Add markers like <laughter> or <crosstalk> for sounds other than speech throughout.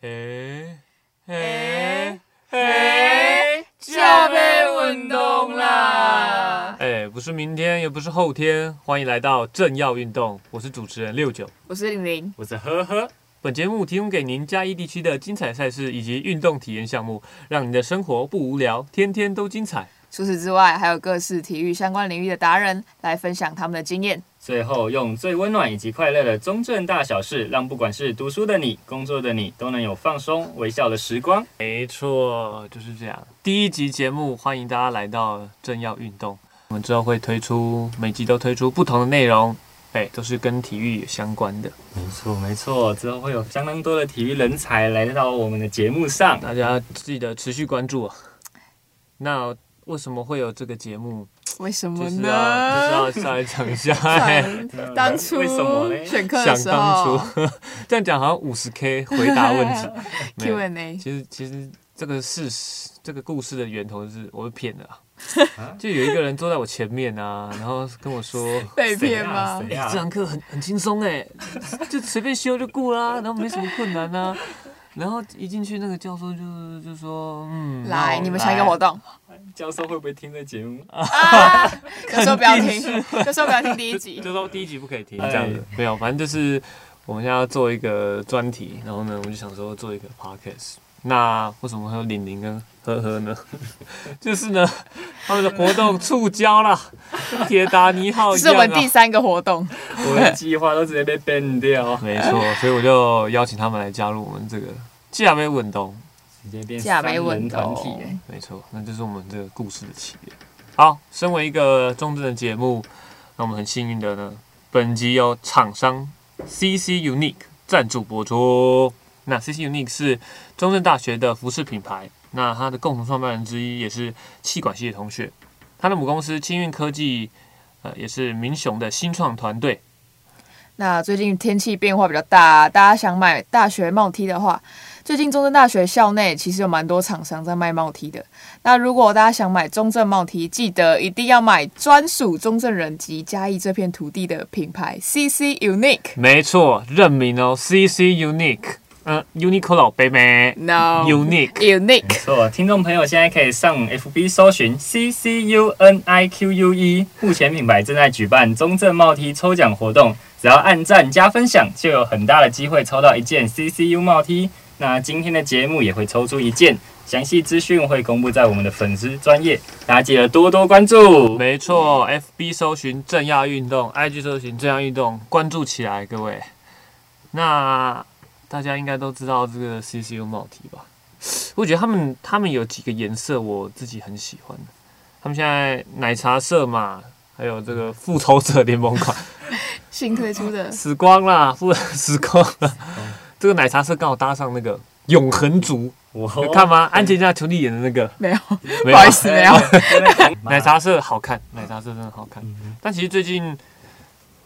嘿，嘿嘿，嘿嘿，下杯运动啦！哎，不是明天，也不是后天，欢迎来到正要运动，我是主持人六九。我是玲玲，我是呵呵，本节目提供给您嘉义地区的精彩赛事以及运动体验项目，让你的生活不无聊，天天都精彩。除此之外，还有各式体育相关领域的达人来分享他们的经验。最后用最温暖以及快乐的中正大小事，让不管是读书的你、工作的你，都能有放松微笑的时光。没错，就是这样。第一集节目，欢迎大家来到正要运动。我们之后会推出每集都推出不同的内容，哎，都是跟体育有相关的。没错，没错，之后会有相当多的体育人才来到我们的节目 <laughs> 上。大家记得持续关注啊。那为什么会有这个节目？ <laughs> 为什就么是要呢？就是要啊稍微讲一 <laughs> 下，哎想当初为什么嘞选课的想时当候初 <laughs> 这样讲好像五十 K 回答问 <laughs> 题，没有。 Q&A，其实其实这个事实，这个故事的源头是我被骗的、啊啊， <laughs> 就有一个人坐在我前面啊，然后跟我 <laughs> 说。被谁骗呀吗？哎、谁呀这堂课很很轻松哎，就随便修就过啦、然后没什么困难啊。然后一进去，那个教授就就说，嗯，那来，我你们想一个活 <laughs> 动，啊教授会不会听这节目？啊就说不要听，就说不要听第一集 <laughs> 就。说第一集不可以听哎这样子，没有，反正就是我们现在要做一个专题，然后呢，我就想说做一个 podcast。那为什么会有玲玲跟呵呵呢？ <laughs> 就是呢，他们的活动触礁了，跟铁达尼号一这是样、我啊。们第三个活动，我的计划都直接被 ban 掉，没错，所以我就邀请他们来加入我们这个架杯运动。直接变下三没人稳团体、懂。没错，那就是我们这个故事的起源。好，身为一个中正的节目，那我们很幸运的呢，本集由厂商 CC Unique 赞助播出。那 CC Unique 是中正大学的服饰品牌，那它的共同创办人之一也是气管系的同学，它的母公司清运科技，呃，也是民雄的新创团队。那最近天气变化比较大，大家想买大学帽 T 的话，最近中正大学校内其实有蛮多厂商在卖帽 T 的。那如果大家想买中正帽 T，记得一定要买专属中正人及嘉义这片土地的品牌 CC Unique。没错，认名哦，CC Unique，呃，Uniqlo 北美 No Unique。没 <laughs> Unique，错，听众朋友现在可以上 FB 搜寻 C C U N I Q U E，目前品牌正在举办中正帽 T 抽奖活动，只要按赞加分享，就有很大的机会抽到一件 C C U 帽 T。那今天的节目也会抽出一件，详细资讯会公布在我们的粉丝专业，大家记得多多关注。没错，FB 搜寻正亚运动，IG 搜寻正亚运动，关注起来，各位。那大家应该都知道这个 CCU 帽体吧？我觉得他们他们有几个颜色我自己很喜欢的，他们现在奶茶色嘛，还有这个复仇者联盟款，新推出的死光啦，复 <laughs> 死光啦。这个奶茶色刚好搭上那个永恒族，我有看吗？安吉丽娜·裘丽演的那个，没有，没不好有啊意思没 <laughs> 有奶茶色好看，奶茶色真的好看。嗯但其实最近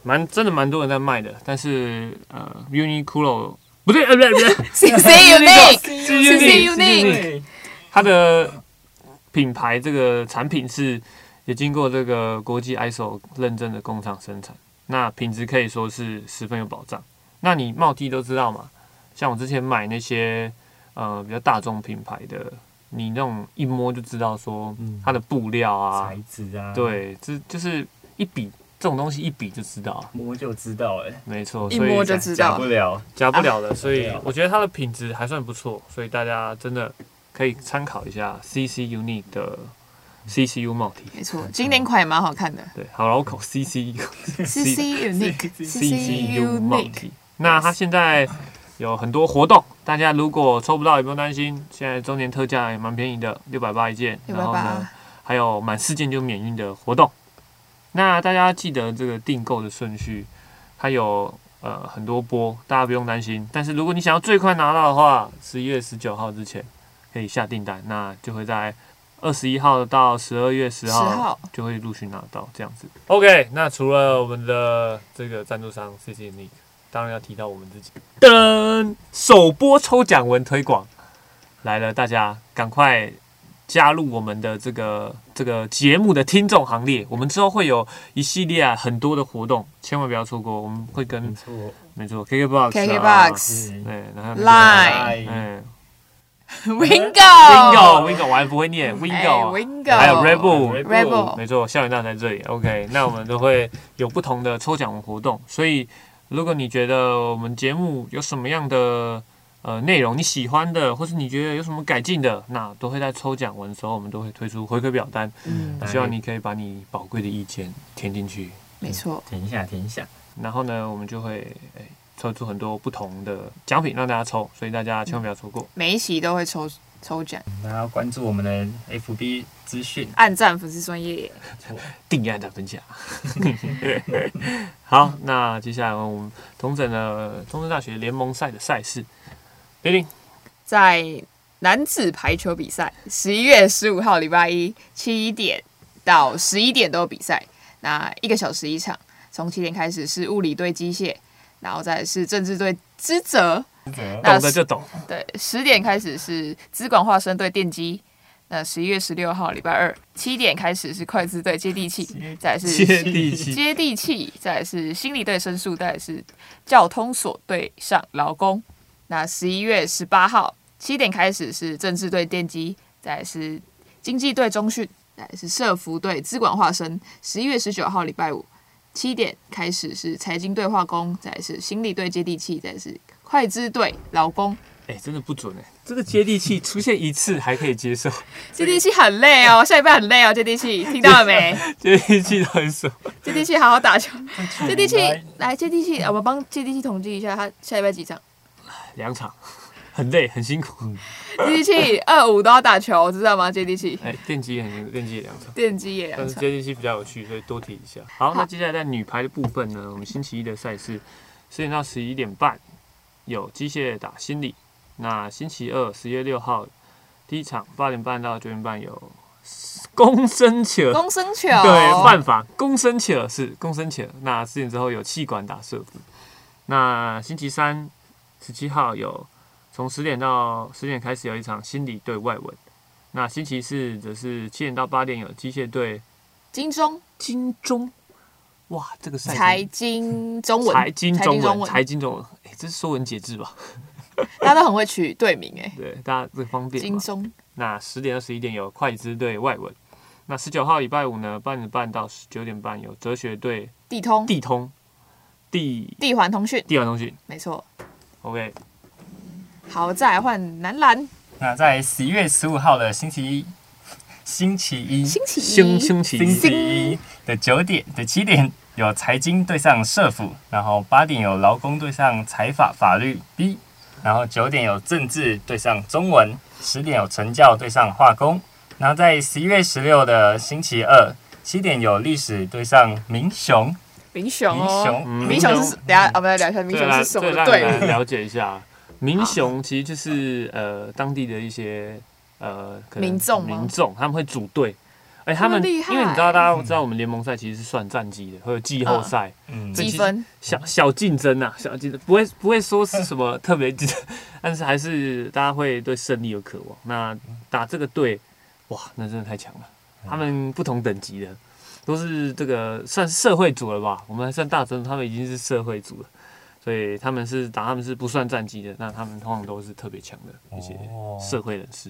蛮真的蛮多人在卖的，但是呃，Uniqlo 不对，呃，不对，不对，<laughs> CC Unique。 CC Unique 对它的品牌这个产品是也经过这个国际 ISO 认证的工厂生产，那品质可以说是十分有保障。那你帽 T 都知道嘛，像我之前买那些呃比较大众品牌的，你那种一摸就知道说嗯它的布料啊材，质啊，，对，这就是一比这种东西一比就知道啊，摸就知道哎、没错，一所以摸就知啊道假不了。假不了的，所以假不了我觉得它的品质还算不错，所以大家真的可以参考一下 CC Unique E 的嗯 CCU 帽 T。没错，今年款也蛮好看的。对，好绕口 CCU CC Unique，CC CCU 帽 Unique， T。那它现在有很多活动，大家如果抽不到也不用担心，现在周年特价也蛮便宜的，六百八一件，六然百后呢八，还有满四件就免运的活动。那大家记得这个订购的顺序，它有呃很多波，大家不用担心。但是如果你想要最快拿到的话，十一月十九号之前可以下订单，那就会在二十一号到十二月十10号号就会陆续拿到这样子。OK，那除了我们的这个赞助商，谢谢你。当然要提到我们自己。噔，首播抽奖文推广来了，大家赶快加入我们的这个这个节目的听众行列。我们之后会有一系列啊很多的活动，千万不要错过。我们会跟错，没错，KKBOX、嗯啊 KKBox 是对，然后 Line 嗯 Wingo 哎，Wingo，Wingo 我还不会念 Wingo， Wingo，还有 Rebel。 Rebel 没错，校园大在这里。OK，那我们都会有不同的抽奖活动，所以如果你觉得我们节目有什么样的呃内容你喜欢的，或是你觉得有什么改进的，那都会在抽奖文的时候，我们都会推出回馈表单，嗯，希望你可以把你宝贵的意见填进去。没错，停一下，停一下，然后呢，我们就会诶抽出很多不同的奖品让大家抽，所以大家千万不要错过。每一期都会抽抽奖，嗯大家要关注我们的 FB 资讯。暗赞粉丝专业，定案的分享。 <laughs> 好，那接下来我们同整了中正大学联盟赛的赛事。玲玲，在男子排球比赛，十一月十五号礼拜一七点到十一点都有比赛，那一个小时一场，从七点开始是物理对机械，然后再来是政治对资责，那懂的就懂。对，十点开始是资管化生对电机。那十一月十六号礼拜二七点开始是快资对接地气，再来是接地气接地气，再来是心理对申诉，再来是交通所对上劳工。那十一月十八号七点开始是政治对电机，再来是经济对中训，再来是社服对资管化生。十一月十九号礼拜五七点开始是财经对化工，再来是心理对接地气，再来是快资对劳工。哎、真的不准哎、这个接地气出现一次还可以接受，接地气很累哦，下一半很累哦，接地气，听到了 <laughs> 没？接地气都很爽。接地气，好好打球。接地气，来接地气，我们帮接地气统计一下，他下一半几场？两场很累很辛苦。嗯接地 <laughs> 气二五都要打球，知道吗？接地气，哎、电机也很辛苦，电机也两场。电机也但两是场。接地气比较有趣，所以多提一下。好，那接下来在女排的部分呢，我们星期一的赛事十点到十一点半有机械打心理，那星期二十月六号第一场八点半到九点半有公升球，公哦生球，呃对，办法公升球是公升球。那十点之后有气管打射服，那星期三十七号有从十点到十点开始有一场心理对外文，那星期四则是七点到八点有机械队。金钟金钟，哇，这个赛程财经中文，财经中中文，财经中文，哎、这是说文解字吧？大家都很会取队名哎。对，大家这个方便金嘛。钟那十点到十一点有会资对外文，那十九号礼拜五呢，八点半到九点半有哲学对地通地通地地环通讯，地环通讯没错。 ，OK，好，再来换男篮，那在十一月十五号的星期一，星期一，星期星一，星期星一期一的九点的七点有财经对上社府，然后八点有劳工对上财法法律 B，然后九点有政治对上中文，十点有成教对上化工，然后在十一月十六的星期二七点有历史对上民雄，明雄民哦，雄，嗯明雄是等一下我们来聊一下明雄对是啦什么对啦的来队名。了解一 <laughs> 下，民雄其实就是呃当地的一些呃可能民众吗民众他们会组队，哎、他这么们厉害因为你知道大家都知道我们联盟赛其实是算战绩的，会有季后赛、嗯这积分小小竞争啊，小竞争不会不会说是什么特别竞争，但是还是大家会对胜利有渴望。那打这个队，哇，那真的太强了，他们不同等级的。都是这个算社会组了吧？我们还算大专，他们已经是社会组了，所以他们是打他们是不算战绩的，那他们通常都是特别强的一些哦社会人士。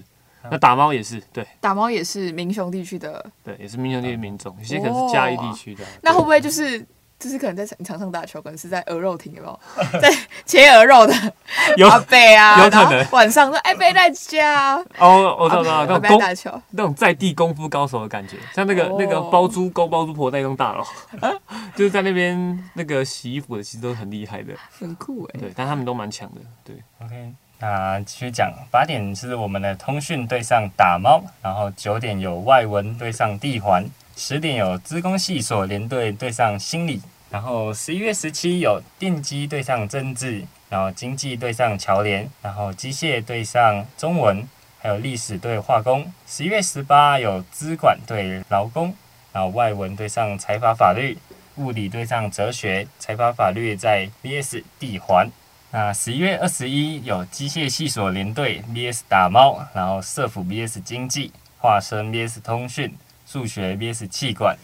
那打猫也是，对打猫也是民雄地区的，对，也是民雄地区的民众，有些可能是嘉义地区的啊。那会不会就是就是可能在场场上打球，可能是在鹅肉亭有没有？ <laughs> 在切鹅肉的对有阿贝 <laughs> 啊，有可能然后晚上说哎贝在家，哦，我知道，我知道，阿那贝种打球，那种在地功夫高手的感觉，像那个、哦那个包租公包租婆那栋大楼， <laughs> 就是在那边那个洗衣服的，其实都很厉害的，很酷哎。对，但他们都蛮强的，对， OK，那继续讲，八点是我们的通讯对上打猫，然后九点有外文对上地环，十点有资工系所联队对上心理，然后十一月十七有电机对上政治，然后经济对上侨联，然后机械对上中文，还有历史对化工。十一月十八有资管对劳工，然后外文对上财法法律，物理对上哲学，财法法律在 VS 地环。那啊十一月二十一有机械系所联队 VS 打猫，然后社服 VS 经济，化身 VS 通讯，数学 VS 气管。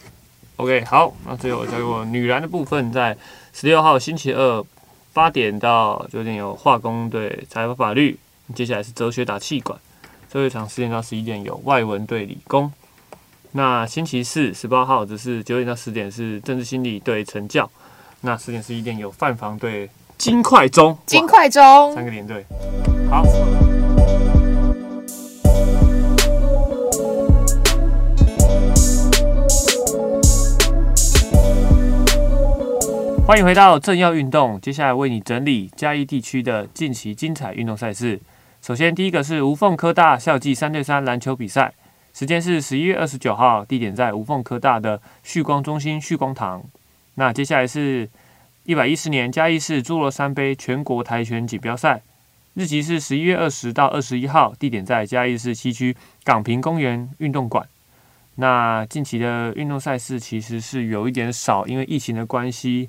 OK，好，那最后交给我女篮的部分，在十六号星期二八点到九点有化工对财法法律，接下来是哲学打气管，最后一场十点到十一点有外文对理工。那星期四十八号则是九点到十点是政治心理对成教，那十点十一点有范房对金块中，哇金块三中，个连队，好。欢迎回到正要运动，接下来为你整理嘉义地区的近期精彩运动赛事。首先，第一个是无缝科大校际三对三篮球比赛，时间是十一月二十九号，地点在无缝科大的旭光中心旭光堂。那接下来是一百一十年嘉义市侏罗山杯全国跆拳锦标赛，日期是十一月二十到二十一号，地点在嘉义市西区港平公园运动馆。那近期的运动赛事其实是有一点少，因为疫情的关系，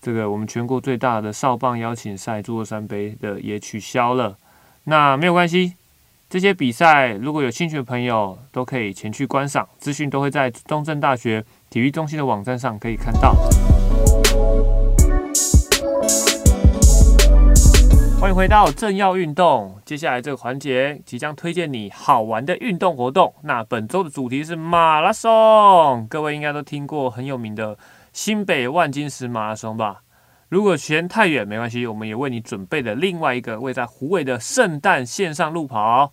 这个我们全国最大的少棒邀请赛侏罗山杯的也取消了。那没有关系，这些比赛如果有兴趣的朋友都可以前去观赏，资讯都会在中正大学体育中心的网站上可以看到。欢迎回到正要运动。接下来这个环节即将推荐你好玩的运动活动。那本周的主题是马拉松，各位应该都听过很有名的新北万金石马拉松吧？如果嫌太远没关系，我们也为你准备了另外一个位在湖尾的圣诞线上路跑。哦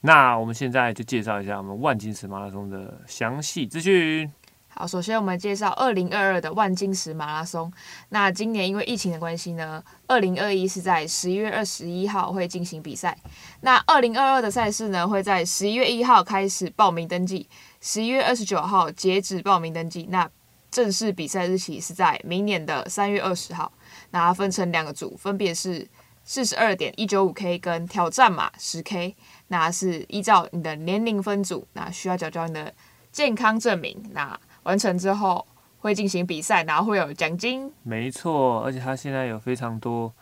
那我们现在就介绍一下我们万金石马拉松的详细资讯。好，首先我们介绍二零二二的万金石马拉松。那今年因为疫情的关系呢，二零二一是在十一月二十一号会进行比赛。那二零二二的赛事呢，会在十一月一号开始报名登记，十一月二十九号截止报名登记。那正式比赛日期是在明年的三月二十号。那它分成两个组，分别是四十二点一九五 K 跟挑战码十 K。那是依照你的年龄分组，那需要缴交你的健康证明。那完成之后会进行比赛，然后会有奖金。没错，而且他现在有非常多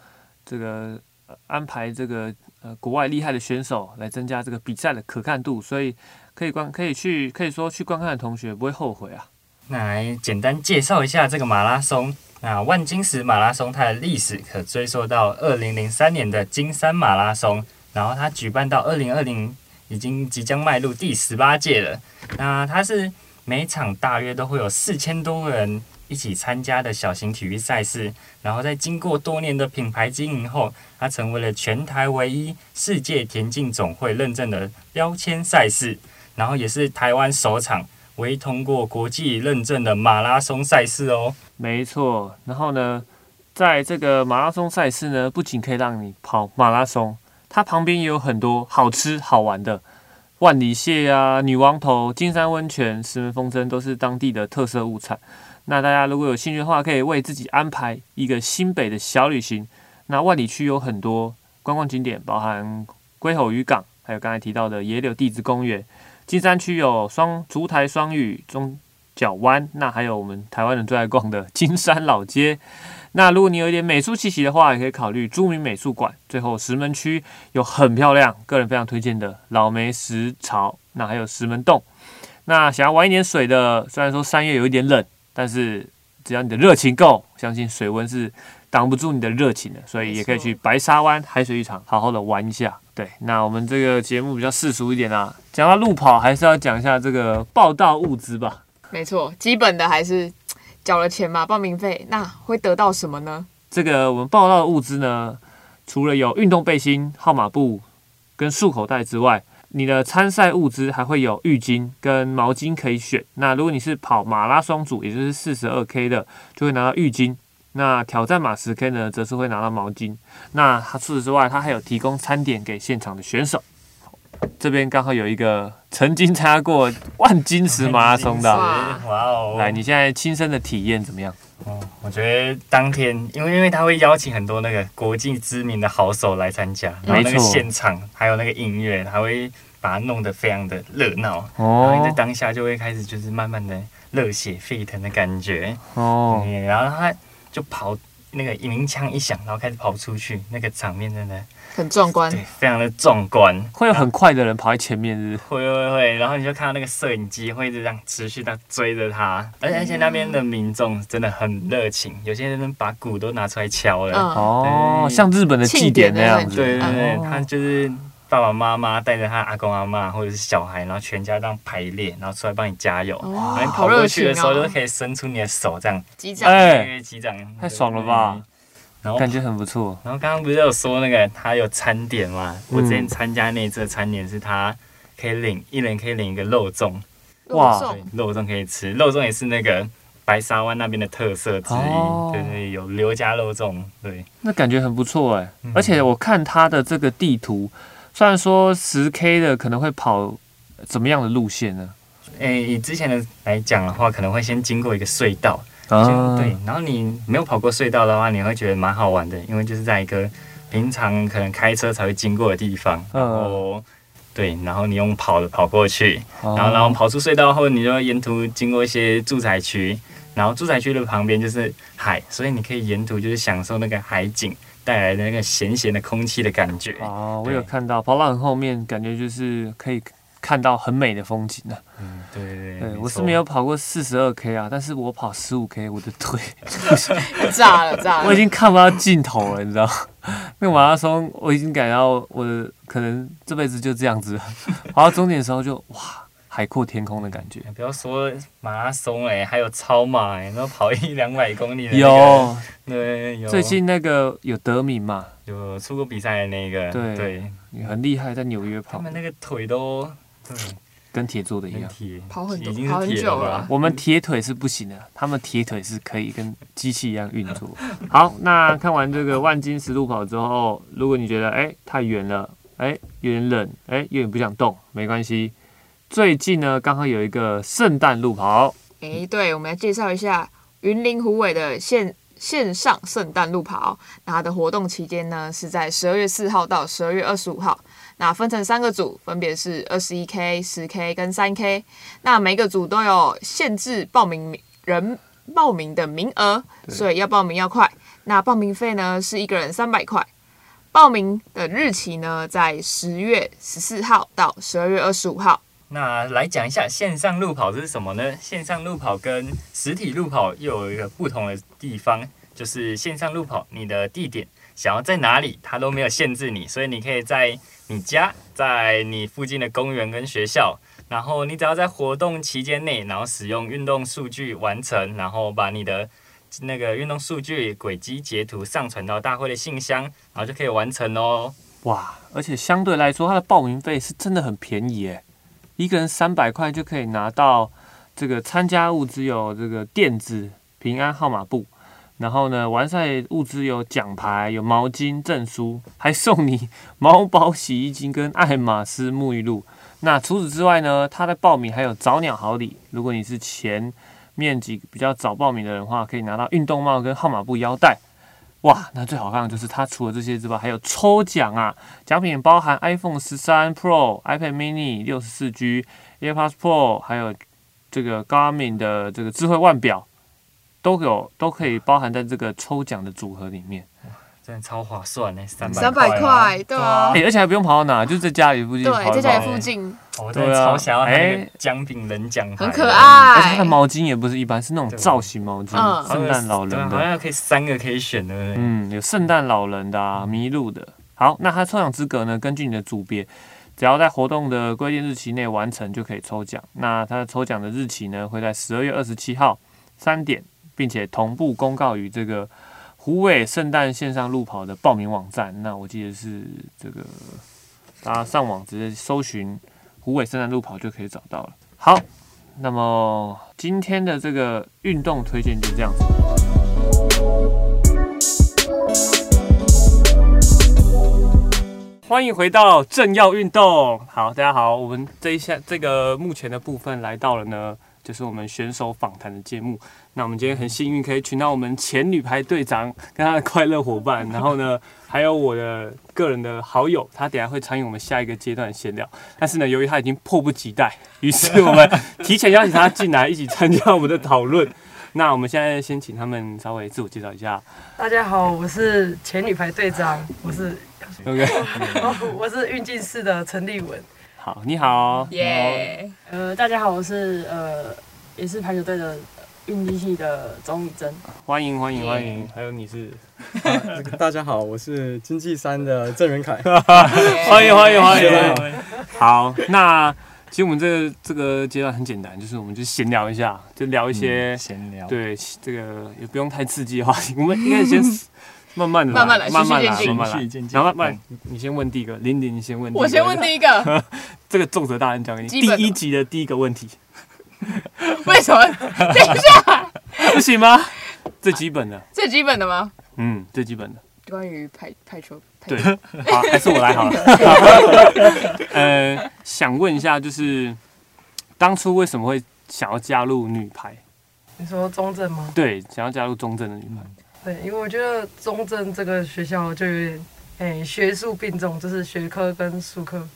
这个、呃安排这个呃国外厉害的选手来增加这个比赛的可看度，所以可以观可以去可以说去观看的同学不会后悔啊。那来简单介绍一下这个马拉松。那万金石马拉松它的历史可追溯到二零零三年的金山马拉松，然后它举办到二零二零，已经即将迈入第十八届了。那它是每场大约都会有四千多个人一起参加的小型体育赛事，然后在经过多年的品牌经营后，它成为了全台唯一世界田径总会认证的标签赛事，然后也是台湾首场为通过国际认证的马拉松赛事哦。没错，然后呢，在这个马拉松赛事呢，不仅可以让你跑马拉松，它旁边也有很多好吃好玩的，万里蟹啊、女王头、金山温泉、石门风筝都是当地的特色物产。那大家如果有兴趣的话，可以为自己安排一个新北的小旅行。那万里区有很多观光景点，包含龟吼渔港，还有刚才提到的野柳地质公园。金山区有双竹台双屿、中角湾，那还有我们台湾人最爱逛的金山老街。那如果你有一点美术气息的话，也可以考虑著名美术馆。最后，石门区有很漂亮，个人非常推荐的老梅石槽，那还有石门洞。那想要玩一点水的，虽然说三月有一点冷，但是只要你的热情够，相信水温是挡不住你的热情的，所以也可以去白沙湾海水浴场好好的玩一下。对，那我们这个节目比较世俗一点啦、啊讲到路跑，还是要讲一下这个报道物资吧。没错，基本的还是缴了钱嘛，报名费。那会得到什么呢？这个我们报道的物资呢，除了有运动背心、号码布跟束口袋之外，你的参赛物资还会有浴巾跟毛巾可以选。那如果你是跑马拉松组，也就是四十二 K 的，就会拿到浴巾。那挑战马十 K 呢，则是会拿到毛巾。那它除此之外，它还有提供餐点给现场的选手。这边刚好有一个曾经参加过万金石马拉松的啊，哇哦！来，你现在亲身的体验怎么样？哦，我觉得当天，因为因为他会邀请很多那个国际知名的好手来参加，然后那没个错现场还有那个音乐，他会把它弄得非常的热闹，然后你在哦当下就会开始就是慢慢的热血沸腾的感觉，哎哦，嗯，然后他就跑那个鸣枪一响，然后开始跑出去，那个场面真的很壮观对，，非常的壮观。会有很快的人跑在前面，是不是？会会会，然后你就看到那个摄影机会一直这样持续的追着他，而且而且那边的民众真的很热情，有些人把鼓都拿出来敲了。嗯，哦，对像日本的祭典那样子，庆对对典的那种对，哦他就是爸爸妈妈带着他阿公阿妈或者是小孩，然后全家这样排列，然后出来帮你加油。哦然后你跑好过热去情的时候，就哦，可以伸出你的手这样，击掌，哎，击掌，嗯太爽了吧对？然后感觉很不错。然后刚刚不是有说那个他有餐点嘛？嗯我之前参加那一次的餐点是他可以领一人可以领一个肉粽，哇肉对粽，肉粽可以吃，肉粽也是那个白沙湾那边的特色之一，哦就是有刘家肉粽，对，那感觉很不错哎、嗯而且我看它的这个地图，虽然说十 K 的可能会跑怎么样的路线呢？诶，哎以之前的来讲的话，可能会先经过一个隧道，啊，对，，然后你没有跑过隧道的话，你会觉得蛮好玩的，因为就是在一个平常可能开车才会经过的地方，嗯然后对，然后你用跑的跑过去，然然后然后跑出隧道后，你就沿途经过一些住宅区，然后住宅区的旁边就是海，所以你可以沿途就是享受那个海景带来的那个咸咸的空气的感觉。哦，我对有看到跑到很后面，感觉就是可以看到很美的风景呢、嗯，对对对对，我是错没有跑过四十二 K 啊，但是我跑十五 K，我的腿 <laughs> 炸了炸我已了，经看不到尽头了，你知道？ <laughs> 那个马拉松，我已经感到我的可能这辈子就这样子了， <laughs> 跑到终点的时候就哇，海阔天空的感觉。不要说马拉松哎、还有超马哎、那跑一两百公里的、那个有对有最近那个有得名嘛，有出过比赛的那个，对很厉害，在纽约他跑们，那个腿都对跟铁做的一很样。铁，跑很多已经跑很是铁久吧了？我们铁腿是不行的，他们铁腿是可以跟机器一样运作。好，那看完这个万金石路跑之后，如果你觉得哎、太远了，哎、有点冷，哎、有点不想动，没关系。最近呢，刚好有一个圣诞路跑，哎，对，我们来介绍一下云林虎尾的线线上圣诞路跑，那它的活动期间呢是在十二月四号到十二月二十五号，那分成三个组，分别是二十一 K、十 K 跟三 K，那每个组都有限制报名人报名的名额，所以要报名要快。那报名费呢是一个人三百块。报名的日期呢，在十月十四号到十二月二十五号。那来讲一下线上路跑这是什么呢？线上路跑跟实体路跑又有一个不同的地方，就是线上路跑你的地点想要在哪里，它都没有限制你，所以你可以在你家，在你附近的公园跟学校，然后你只要在活动期间内，然后使用运动数据完成，然后把你的那个运动数据轨迹截图上传到大会的信箱，然后就可以完成哦。哇！而且相对来说，它的报名费是真的很便宜诶，一个人三百块就可以拿到这个参加物资有这个电子平安号码簿，然后呢，完赛物资有奖牌、有毛巾、证书，还送你 <laughs> 毛宝洗衣精跟爱马仕沐浴露。那除此之外呢，它的报名还有早鸟好礼，如果你是前面几比较早报名的人的话，可以拿到运动帽跟号码布腰带。哇，那最好看的就是它除了这些之外，还有抽奖啊！奖品包含 iPhone 十三 Pro、iPad Mini 六十四 G、AirPods Pro，还有这个 Garmin 的这个智慧腕表，都有都可以包含在这个抽奖的组合里面。真的超划算呢、三百三百块，对啊哎、，而且还不用跑到哪，就在家里附近跑一跑。对，在家里附近我真的啊超想要他那哎个姜饼人奖牌，很可而且它爱的，毛巾也不是一般，是那种造型毛巾嗯，圣诞老对啊人好的。像可以三个可以选，对不对？嗯，有圣诞老人的啊，麋鹿的。好，那它抽奖资格呢？根据你的组别，只要在活动的规定日期内完成就可以抽奖。那它的抽奖的日期呢，会在十二月二十七号三点，并且同步公告于这个虎尾圣诞线上路跑的报名网站。那我记得是这个，大家上网直接搜寻虎尾圣诞路跑就可以找到了。好，那么今天的这个运动推荐就这样子。欢迎回到正要运动。好，大家好，我们这一下这个目前的部分来到了呢，就是我们选手访谈的节目。那我们今天很幸运可以请到我们前女排队长跟他的快乐伙伴，然后呢，还有我的个人的好友，他等一下会参与我们下一个阶段的闲聊。但是呢，由于他已经迫不及待，于是我们提前邀请他进来一起参加我们的讨论。 <laughs> 那我们现在先请他们稍微自我介绍一下。大家好，我是前女排队长，我是 <laughs> OK，我是运镜室的陈立文。好，你好，耶、呃，大家好，我是呃，也是排球队的运动系的钟宇珍。欢迎欢迎欢迎哎耶，还有你 <laughs> 是，啊大家好，我是经济三的郑元 <laughs> 凯。欢迎欢迎欢迎欢迎。好，那其实我们这个这个阶段很简单，就是我们就闲聊一下，就聊一些闲聊，对，这个也不用太刺激的话题，我们应该先慢慢的，慢慢来慢慢来，循序渐进慢慢来循序渐。进然后慢慢，你先问第一个，林林，你先问第一个。我先问第一个，这个重责大人讲给你，基第本的一集的第一个问题，为什么？等一下，不行吗？最基本的，最基本的吗？嗯，最基本的，关于排排球，排对，好，还是我来好了。呃，想问一下，就是当初为什么会想要加入女排？你说中正吗？对，想要加入中正的女排。对，因为我觉得中正这个学校就有点，哎、学术并重，就是学科跟术科，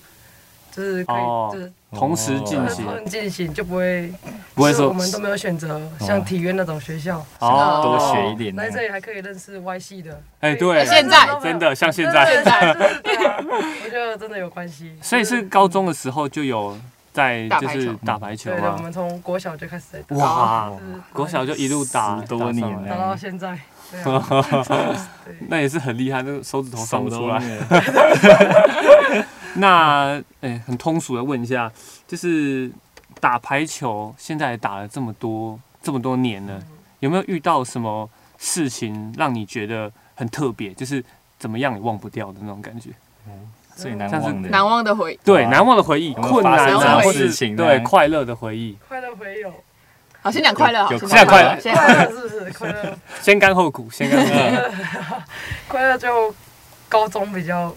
就是可以、哦就是嗯同时进哦行，他们进行就不会，不会就是说我们都没有选择像体院那种学校，哦，多学一点来这里还可以认识外系的。哎，对，现在真的像现在，现在，真的对啊我觉得真的有关系。所以是高中的时候就有在打就排是球嗯打排球对的，我吗？们从国小就开始在打，哇就，是国小就一路打十多年打上来打到现在，对啊， <laughs> 对那也是很厉害，那个手指头伸手不出都来。没有 <laughs> 那哎、很通俗的问一下，就是打排球现在也打了这么多这么多年嗯了，有没有遇到什么事情让你觉得很特别，就是怎么样也忘不掉的那种感觉？最难忘的难忘的回忆对，难忘的回忆，有没有困发难生啊，什或么是事情呢对快乐的回忆，快乐回友，好，先讲快乐好，有先有讲快乐先讲快乐是不是？快乐， <laughs> 先甘后苦，先甘后 <laughs> 苦。快乐就高中比较，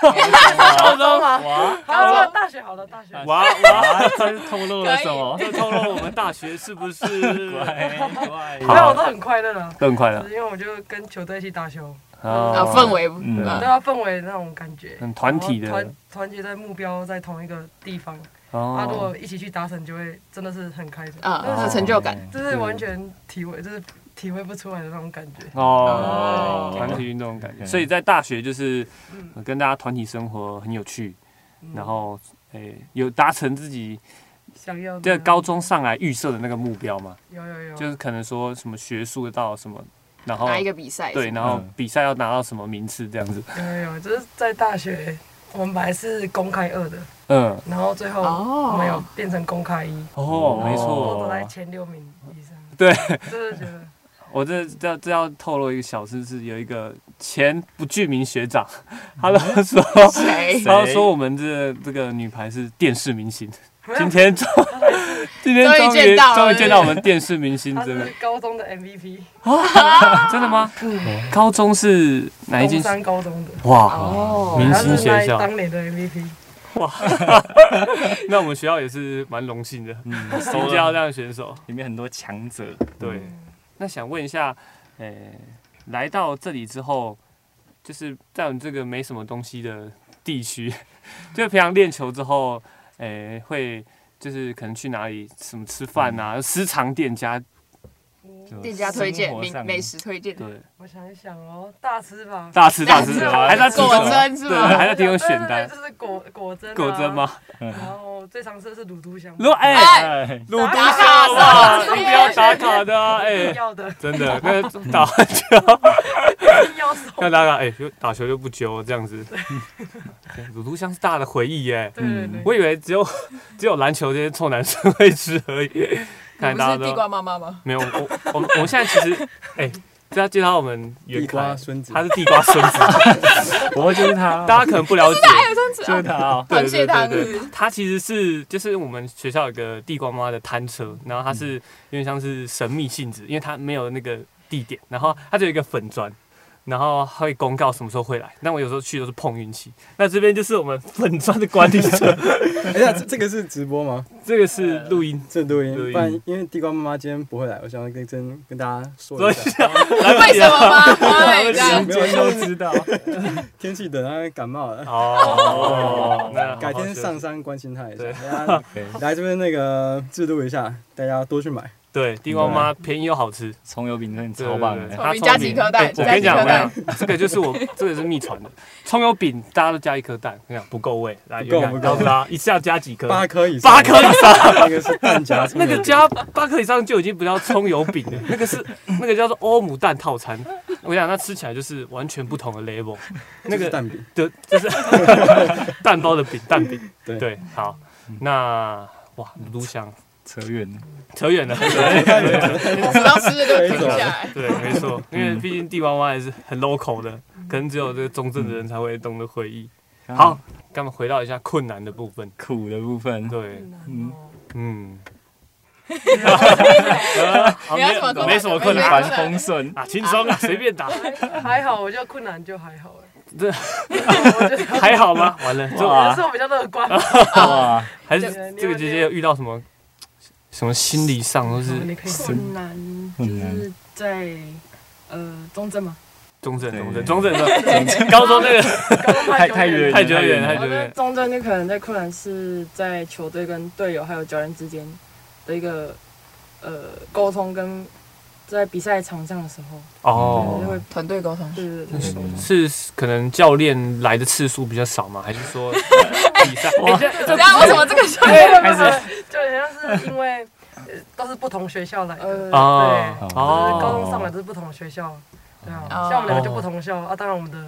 <laughs> 高中吗？高中大学好了，大学哇哇！这是透露了什 <laughs> 么？这透露我们大学是不 <laughs> 是？ <laughs> 没有，我都好，很快乐了，都很快乐只是因为我就跟球队一起打球，啊啊氛，围，嗯对嗯，啊，氛围那种感觉，很团体的然后团团结在目标在同一个地方，啊，如哦果一起去达成，就会真的是很开心，啊，但那是成就感，就是完全体会，就是体会不出来的那种感觉。哦，哦团体运动的感觉。对所以在大学就是呃跟大家团体生活很有趣，然后诶有达成自己想要的在高中上来预设的那个目标嘛，有有有，就是可能说什么学术到什么，然后拿一个比赛，哦对，然后嗯比赛要拿到什么名次这样子。有有有，就是在大学，我们本来是公开二的，嗯，然后最后哦我们有变成公开一，哦，没我都在错。前六名以上。对，就是觉得我这这这要透露一个小知识，有一个前不具名学长，他都说，谁？他都说我们这这个女排是电视明星。没有今天 <laughs> 终，今天终于终于见到了终于见到我们电视明星 <laughs> 他这个是，高中的 MVP，真的吗？高中是哪一嗯中间？山高中的，哇，哦，明他星是学那校。当年的 MVP，那我们学校也是蛮荣幸 <laughs> 的，嗯，收收到这样的选手。里面很多强者，对，那想问一下，呃，来到这里之后，就是在我们这个没什么东西的地区， <laughs> 就平常练球之后，呃，会就是可能去哪里什么吃饭嗯啊，私藏店家，嗯店家推荐生活美上美食推荐，对，我想一想哦，大吃吧。大吃大吃，大吃还在吃什果么真是对，吗？还在提供选对对单对，就是果果真、啊，果真？吗？然后最常吃的是卤都香，如果哎，哎，鲁迪打下卡哇，上一定要打卡的啊，哎，要 <laughs> 的真的，那打完球要手，要打卡，哎，就打球就不揪这样子。鲁都香是大的回忆耶，对对对，我以为只有只有篮球这些臭男生会吃而已，看来你不大家是地都瓜妈妈吗？没有。我我我们我们现在其实，哎，这要介绍我们袁地凯瓜，孙子，他是地瓜孙子，我就是他，哦大家可能不了解。真就是他哦，对啊螃蟹汤对是对不对是它其实是就是我们学校有个地瓜妈妈的摊车，然后它是有点像是神秘性质，因为它没有那个地点，然后它就有一个粉砖，然后它会公告什么时候会来。那我有时候去都是碰运气。那这边就是我们 <laughs> 粉砖的管理者，哎呀，这这个是直播吗？这个是录音。这录录音音，不然因为地瓜妈妈今天不会来，我想要跟真跟大家说所以一下，为什么吗？对，这样没有都知道天气等她感冒 <laughs> 了，哦，那好改好好天休上息山关心他一下对，大 <laughs> 家来这边那个制度一下，大家多去买。对，地瓜妈便宜又好吃，葱油饼真的对超棒对对的，他饼加聪明几颗蛋对我加跟你几讲，我颗跟你蛋讲，这个就是我，这个是秘传的。葱油饼大家都加一颗蛋，我跟你讲不够味，来，不够原谅不告够诉大家一次要加几颗？八颗以上，八颗以上， <laughs> 那个是蛋夹葱那油个饼，加八颗以上就已经不叫葱油饼了，那个是那个叫做欧姆蛋套餐。我跟你讲，那吃起来就是完全不同的 level，那就是个蛋饼，的就是 <laughs> 蛋包的饼，蛋饼。对对，好，那哇，卢翔扯远了。扯远了。我们要吃的就停下来。对，没错， <laughs> 因为毕竟地瓜湾还是很 local 的，可能只有这个中正的人才会懂得回忆。好，咱们回到一下困难的部分。苦的部分，对，嗯，嗯，呃你要什么困 <laughs> 难没什么困没什么难困反 <laughs> 风顺，啊，轻松啊，随便打，还好，我觉得困难就还好哎。这 <laughs> 我觉得 <laughs> 还 <laughs> 好啊吗？完了，就哇可是我比较乐观，哇，还是这个姐姐有遇到什么什么心理上或哦是你可以困难就是在呃 <laughs> 中正嘛，中正对中正中正的高中那个 <laughs> 太太远了太久远了太久然后在远，中正就可能在困难是在球队跟队友还有教练之间的一个呃沟通跟在比赛场上的时候，哦就。会团队沟通，对对对对对是可能教练来的次数比较少吗？还是说比赛？哎这这对啊，为什么这个笑？开始 <laughs> 就好像是因为呃都是不同学校来的，呃哦对就是高哦，中上来都是不同学校，对啊，哦像我们两个就不同校啊，当然我们的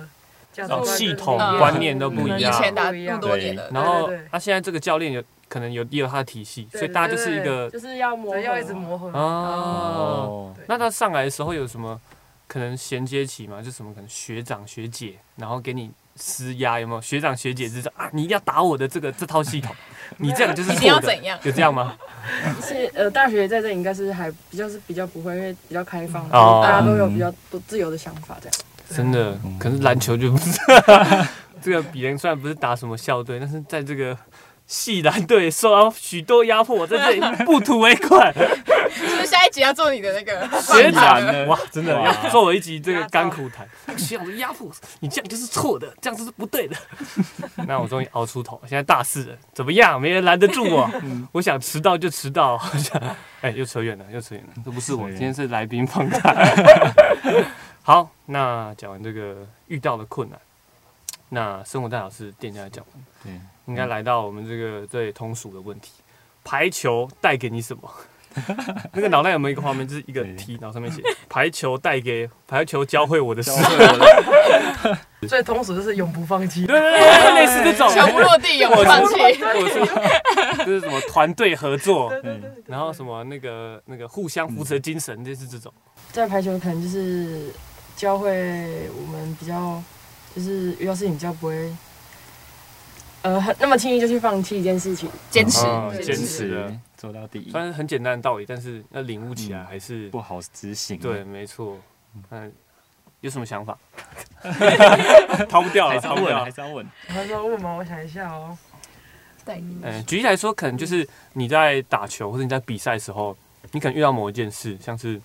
价值观哦跟系统理念观念嗯都不一以样前打不一样那么多年了，然后对对对他现在这个教练有可能有也有他的体系，对所以大家就是一个就是要磨合对，要一直磨合。哦。哦，那他上来的时候有什么可能衔接期吗？就什么可能学长学姐，然后给你施压有没有？学长学姐知道啊，你一定要打我的这个这套系统，你这样就是一定要错的，怎样？有这样吗？是呃，大学在这应该是还比较是比较不会，因为比较开放，哦大家都有比较多自由的想法这样。真的，可是篮球就不是这个比人虽然不是打什么校队，但是在这个系篮队受到许多压迫，在这里不吐为快。就是下一集要做你的那个学然长，呢哇，真的哇要 <laughs> 作为一集这个甘苦谈，学长的压迫，你这样 <laughs> 就是错的，这样就是不对的。 <laughs> 那我终于熬出头，现在大四了，怎么样？没人拦得住我。 <laughs> 我想迟到就迟到， <laughs> 我想哎，又扯远了，又扯远了，这不是我，对今天是来宾访谈。 <laughs> 好，那讲完这个遇到的困难，那生活大小事店家讲完，对，应该来到我们这个对通俗的问题，排球带给你什么？ <laughs> 那个脑袋有没有一个画面，就是一个对 T，然后上面写排球带给排球教会我的事，最通俗就是永不 <laughs> 放弃，对对对对，类似这种，球不落地，永不放弃。或者是 <laughs> 就是什么团队合作，嗯然后什么那个那个互相扶持的精神，类似这种。在排球可能就是教会我们比较，就是遇到事情比较不会，呃，很那么轻易就去放弃一件事情。坚持哦，坚坚持持的做到底虽，然是很简单的道理，但是要领悟起来嗯还是不好执行，啊对，，没错。嗯，有什么想法？逃不掉还了，是要逃不问，掉啊还。是要问，他说问嘛，我想一下哦，嗯，举例来说，可能就是你在打球或者你在比赛的时候，你可能遇到某一件事，像是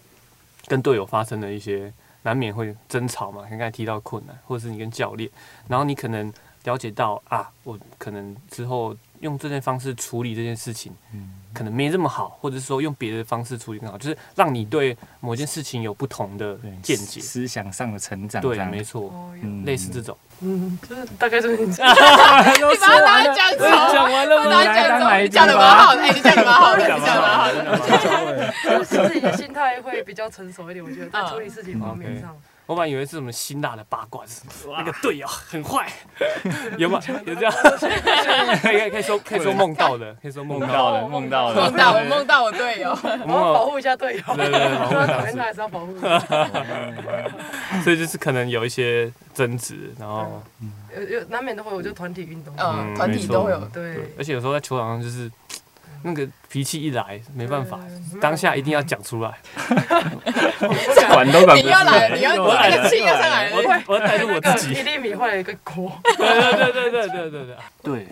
跟队友发生了一些难免会争吵嘛，刚才提到困难，或者是你跟教练，然后你可能了解到啊，我可能之后用这件方式处理这件事情，嗯可能没这么好，或者是说用别的方式处理更好，就是让你对某件事情有不同的对，见解。思想上的成长，对，没错，哦，有嗯类似这种。嗯，就是大概就是你这样。你把它拿来讲走，讲完了拿来讲走，你讲的蛮好的，哎，你讲的蛮好的，你讲的蛮好的。自己的心态会比较成熟一点，我觉得在处理事情方面上，我本来以为是什么辛辣的八卦，是那个队友很 <laughs> 坏，有吗？有这样？可以可以可以说可以说梦到的，可以说梦梦到到的，了，梦到了梦，到我梦到我队友，我我要保梦护一下队友，嗯对对 <laughs> 对保护一下讨厌他还是要保护。有到，所以就是可能有一些争执，然后有难免都会，我就团体运动，嗯，团体都会有。对对，，而且有时候在球场上就是那个脾气一来，没办法，嗯当下一定要讲出来。 <laughs> 管都管你不要来，住，你要那个气要上来我了。我要带入我自己一。粒米换了一个锅，对对对对对对对对。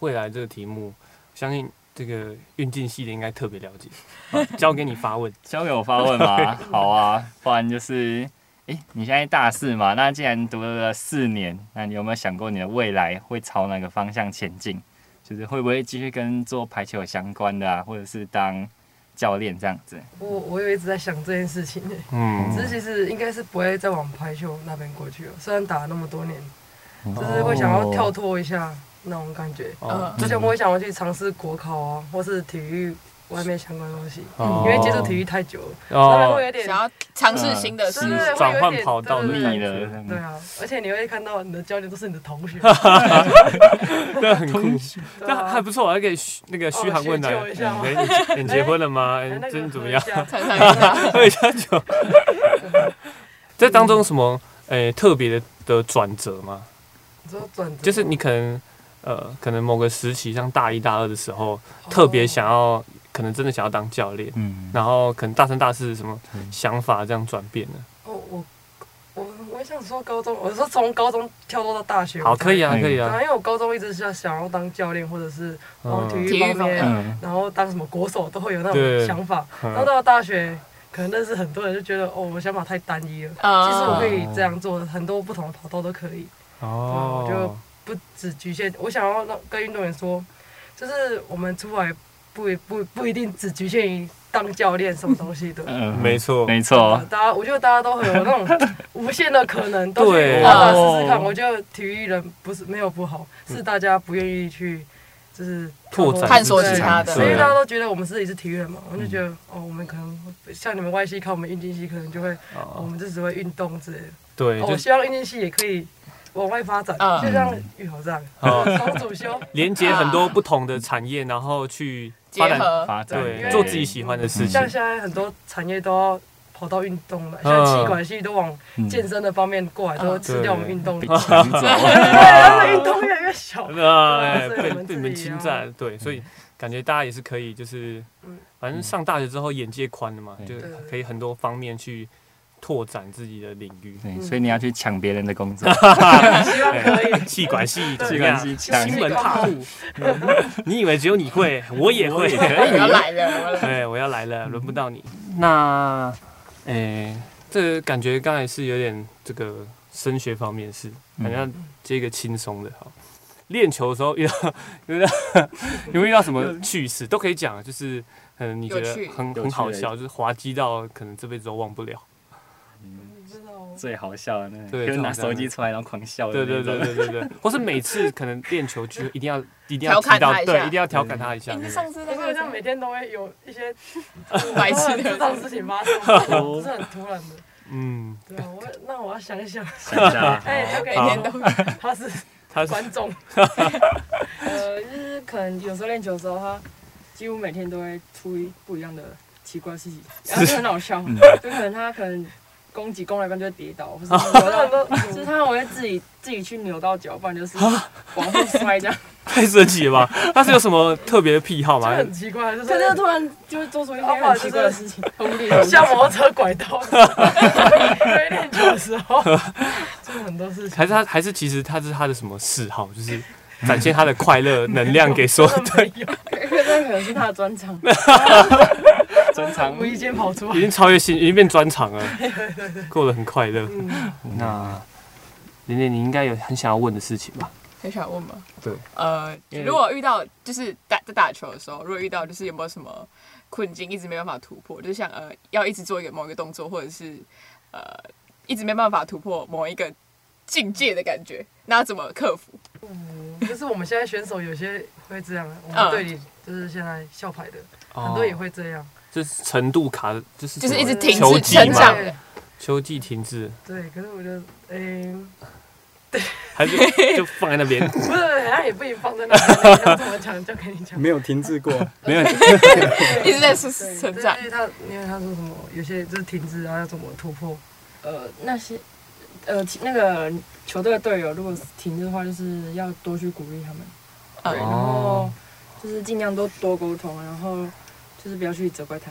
未来这个题目，相信这个运镜系的应该特别了解，好交给你发问。 <laughs> 交给我发问吧，好啊，不然就是诶，你现在大四嘛，那既然读了四年，那你有没有想过你的未来会朝哪个方向前进？就是会不会继续跟做排球有相关的啊，或者是当教练这样子？我我有一直在想这件事情诶、嗯只是其实应该是不会再往排球那边过去了，虽然打了那么多年，哦就是会想要跳脱一下那种感觉。哦之前我也想要去尝试国考啊，或是体育外面相关的东西，哦因为接触体育太久了，当然哦会有点想要尝试新的事对对对情，会转有一换点跑道对的对感对腻了觉这样对子，啊，而且你会看到你的教练都是你的同学，啊 <laughs> 这很酷，对但啊还不错，还可以嘘那个嘘寒问暖哦叙旧一下。哎你你结婚了吗？哎哎那个最近怎么喝一样？下常常一下 <laughs> 喝一下酒。嗯这当中有什么诶特别的的转折吗？你说转折就是你可能呃，可能某个时期，像大一大二的时候，特别想要，哦可能真的想要当教练，嗯，然后可能大三大四什么嗯想法这样转变呢？哦，我我我想说高中，我说从高中跳脱到大学，好，可以啊。啊，可以对啊啊，，因为我高中一直想想要当教练，或者是往体嗯体育育方方面面，嗯然后当什么国手都会有那对种想法。然后嗯到了大学，可能认识很多人，就觉得哦，我想法太单一了。啊其实我可以这样做，很多不同的跑道都可以，哦，嗯就不只局限。我想要让跟运动员说，就是我们出来不一不不一定只局限于当教练什么东西的。嗯没错，没错，啊大家，我觉得大家都很有 <laughs> 那种无限的可能，都对去打打试试哦看。我觉得体育人不是没有不好，是大家不愿意去，就是拓展探索自己其他的因为对嗯大家都觉得我们自己是体育人嘛，我就觉得哦，我们可能像你们外系看我们运动系，可能就会我哦们就只会运动之类的。对，哦我就希望运动系也可以往外发展，嗯就像育豪这样，哦双主修。连接很啊多不同的产业，然后去结发展，合，发展对，对做自己嗯喜欢的事情嗯像，现在很多产业都要跑到运动了，像气管系都往健身的方面过嗯来，都吃掉我们运动被的。抢走，但是运动越来越小。那哎对啊所以被我们被自你己们侵占，对，所以嗯感觉大家也是可以，就是嗯反正上大学之后眼界宽了嘛，对就是对对可以很多方面去拓展自己的领域。 <laughs> 对，所以你要去抢别人的工作，啊希望可以。 <laughs> 气管系怎气么管样？系抢新门踏户， <laughs> 你以为只有你会，我也 <laughs> 会。我要来了， <laughs> 我要来了哎对，我要来了，轮不到你。嗯那，诶、这感觉刚才是有点这个升学方面是，嗯好像接一个轻松的好。练球的时候遇到 <laughs> 遇到有没有遇到什么趣事都可以讲，啊就是嗯你觉有得趣很趣很好笑，就是滑稽到可能这辈子都忘不了。最好笑的那对个，就是拿手机出来然后狂笑的对对那对 <laughs> 种。对对对，或是每次可能练球就一定要一定要调提侃到他，一对，下哎一定要调侃他一下。你对上次但那是个好像每天都会有一些白痴这的种事情发生，这是很突然的。嗯，对啊，我那我要想一想。想一下哎，好每每天都他是他是观众，呃，就是可能有时候练球的时候，他几乎每天都会出一不一样的奇怪事情，然后就很好笑，就可能他可能攻击攻来攻就会跌倒，或是扭到，就是他我会自己自己去扭到脚，不然就是往后摔这样。太神奇了吧？ <laughs> 他是有什么特别的癖好就吗？很奇怪，就可是是哦突然就会做出一些很奇怪的事情，很无理的事情像摩托车拐道，因为练球的时候做很多事情。还是他还是其实他是他的什么嗜好，就是 <laughs> 展现他的快乐能量给所有 <laughs> 对，因为这可能是他的专长。专场无意间跑出已来，经超越新，已经变专场了，过得很快乐。嗯那玲玲，你应该有很想要问的事情吧？很想问吗？对，呃，因为如果遇到就是打在打球的时候，如果遇到就是有没有什么困境，一直没办法突破，就是像呃要一直做一个某一个动作，或者是呃一直没办法突破某一个境界的感觉，那要怎么克服？就是我们现在选手有些会这样，啊我们队里就是现在校牌的很多也，会这样，哦就是程度卡，就是就是一直什么停球滞技嘛成长的，球技停滞，对，可是我觉得，嗯，还是 <laughs> 就放在那 <laughs> 边，不是，好像也不一定放在那里，要怎么讲就跟你讲。没有停滞 <laughs> 过，没有一直在成成长对，因为他因为他说什么，有些就是停滞啊，要怎么突破？呃，那些呃其那个球队的队友，如果停滞的话，就是要多去鼓励他们，嗯对，然后就是尽量多多沟通，然后就是不要去责怪他。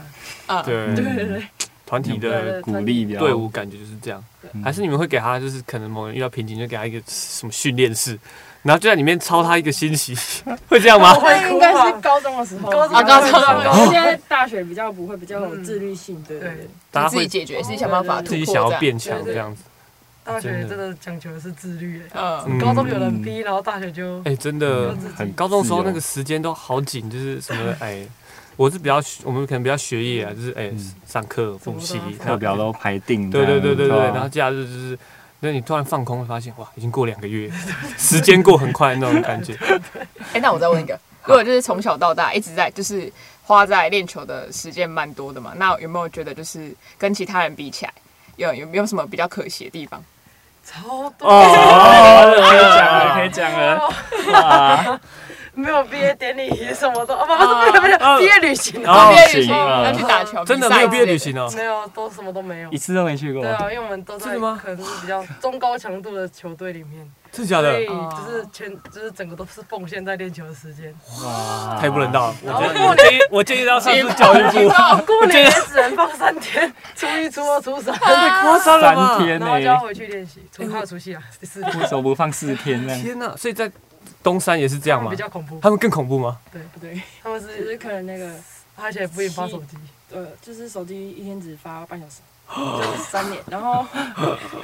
啊，对对对对，团团体的对鼓励的队伍，感觉就是这样。还是你们会给他，就是可能某人遇到瓶颈，就给他一个什么训练室，然后就在里面操他一个星期， <laughs> 会这样哦吗？那应该是高中的时候，高中啊高中对现在大学比较不会，比较有自律性，对对对对。大家自己会解决，自己想办法突破，自己想要变这样强这样子。大学真的讲求的是自律、欸，嗯，嗯高中有人逼，然后大学就哎、真的，很高中的时候自由那个时间都好紧，就是什 <laughs> 么哎、我是比较我们可能比较学业啊，就是哎、嗯上课复习什然后课么都要，表都排定这对样，对对对对，吧然后假日就是，那你突然放空，发现哇，已经过两个 <laughs> 月，时间过很快那种感觉。哎，那我再问一个，如果就是从小到大一直在就是花在练球的时间蛮多的嘛，那有没有觉得就是跟其他人比起来，有有没有什么比较可惜的地方？超多、哦，可以讲了，啊可以讲了，哇， <laughs> 没有毕业典礼什么的，啊不不不不，毕业旅行、哦毕业旅行行啊要去打球， <laughs> 真的比赛没有毕业之类旅行哦、没有都什么都没有一。次都没去过对，啊，因为我们都在真的吗可能是比较中高强度的球队里面， <laughs> 真的假所的以？就是全就是整个都是奉献在练球的 <laughs> 时间。哇太不人，道了！我然后建议我建议我建议到上次教 <laughs> 育部，啊过年也只能放三天，初一、初二、<laughs> 初三，夸张了吧三？天然后就要呢，回去练习，初二、除夕啊，哎第四天为什么不放四天呢？天哪！所以在东山也是这样吗嗯比？较恐怖。他们更恐怖吗？不对，他们只是是可能那个而且不允发手机，呃，就是手机一天只发半小时，就是三点，然后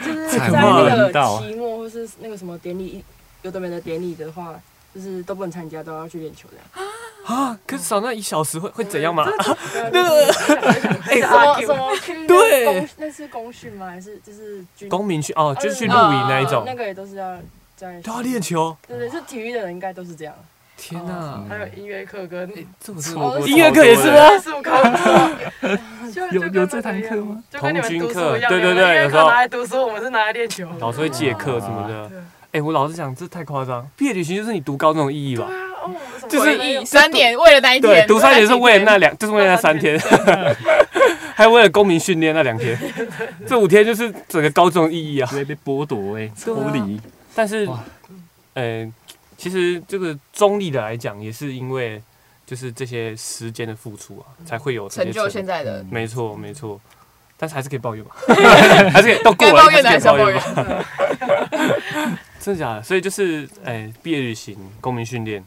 就是在惨不那忍个道期末或是那个什么典礼，有的没的典礼的话，就是都不能参加，都要去练球这样。啊！可是少那一小时会会怎样嗯吗？哎什啊么什么去那个对公那是公训吗？还是就是军公民去哦，就是去露营那一种啊那，个也都是要这样都要练球。对对，就体育的人应该都是这样。天哪！哎还有音乐课跟这我过音乐课也是吗？艺术课。 <laughs> 就有就跟有这那个堂一样课吗？就跟你们童军读课书一样，对你们对对音乐有时课候拿来读书，我们是拿来练球。老师会借课什么的对。哎、我老实讲，这太夸张。毕业旅行就是你读高中的意义吧？就的是回忆三点为了那一对天，，读三年是为了那两，就是为了那三三 <laughs> 天， <laughs> 还为了公民训练那两天，这五天就是整个高中的意义啊直。接被剥夺哎，抽啊离，但是哇，呃，其实这个中立的来讲，也是因为就是这些时间的付出啊，才会有这嗯成些就成现在的。没错，没错。但是还是可以抱怨嘛， <laughs> 还是可以都过 <laughs> 该了，抱怨的还还是是可要以抱抱怨怨嘛。，真的假的？所以就是，哎、毕业旅行、公民训练，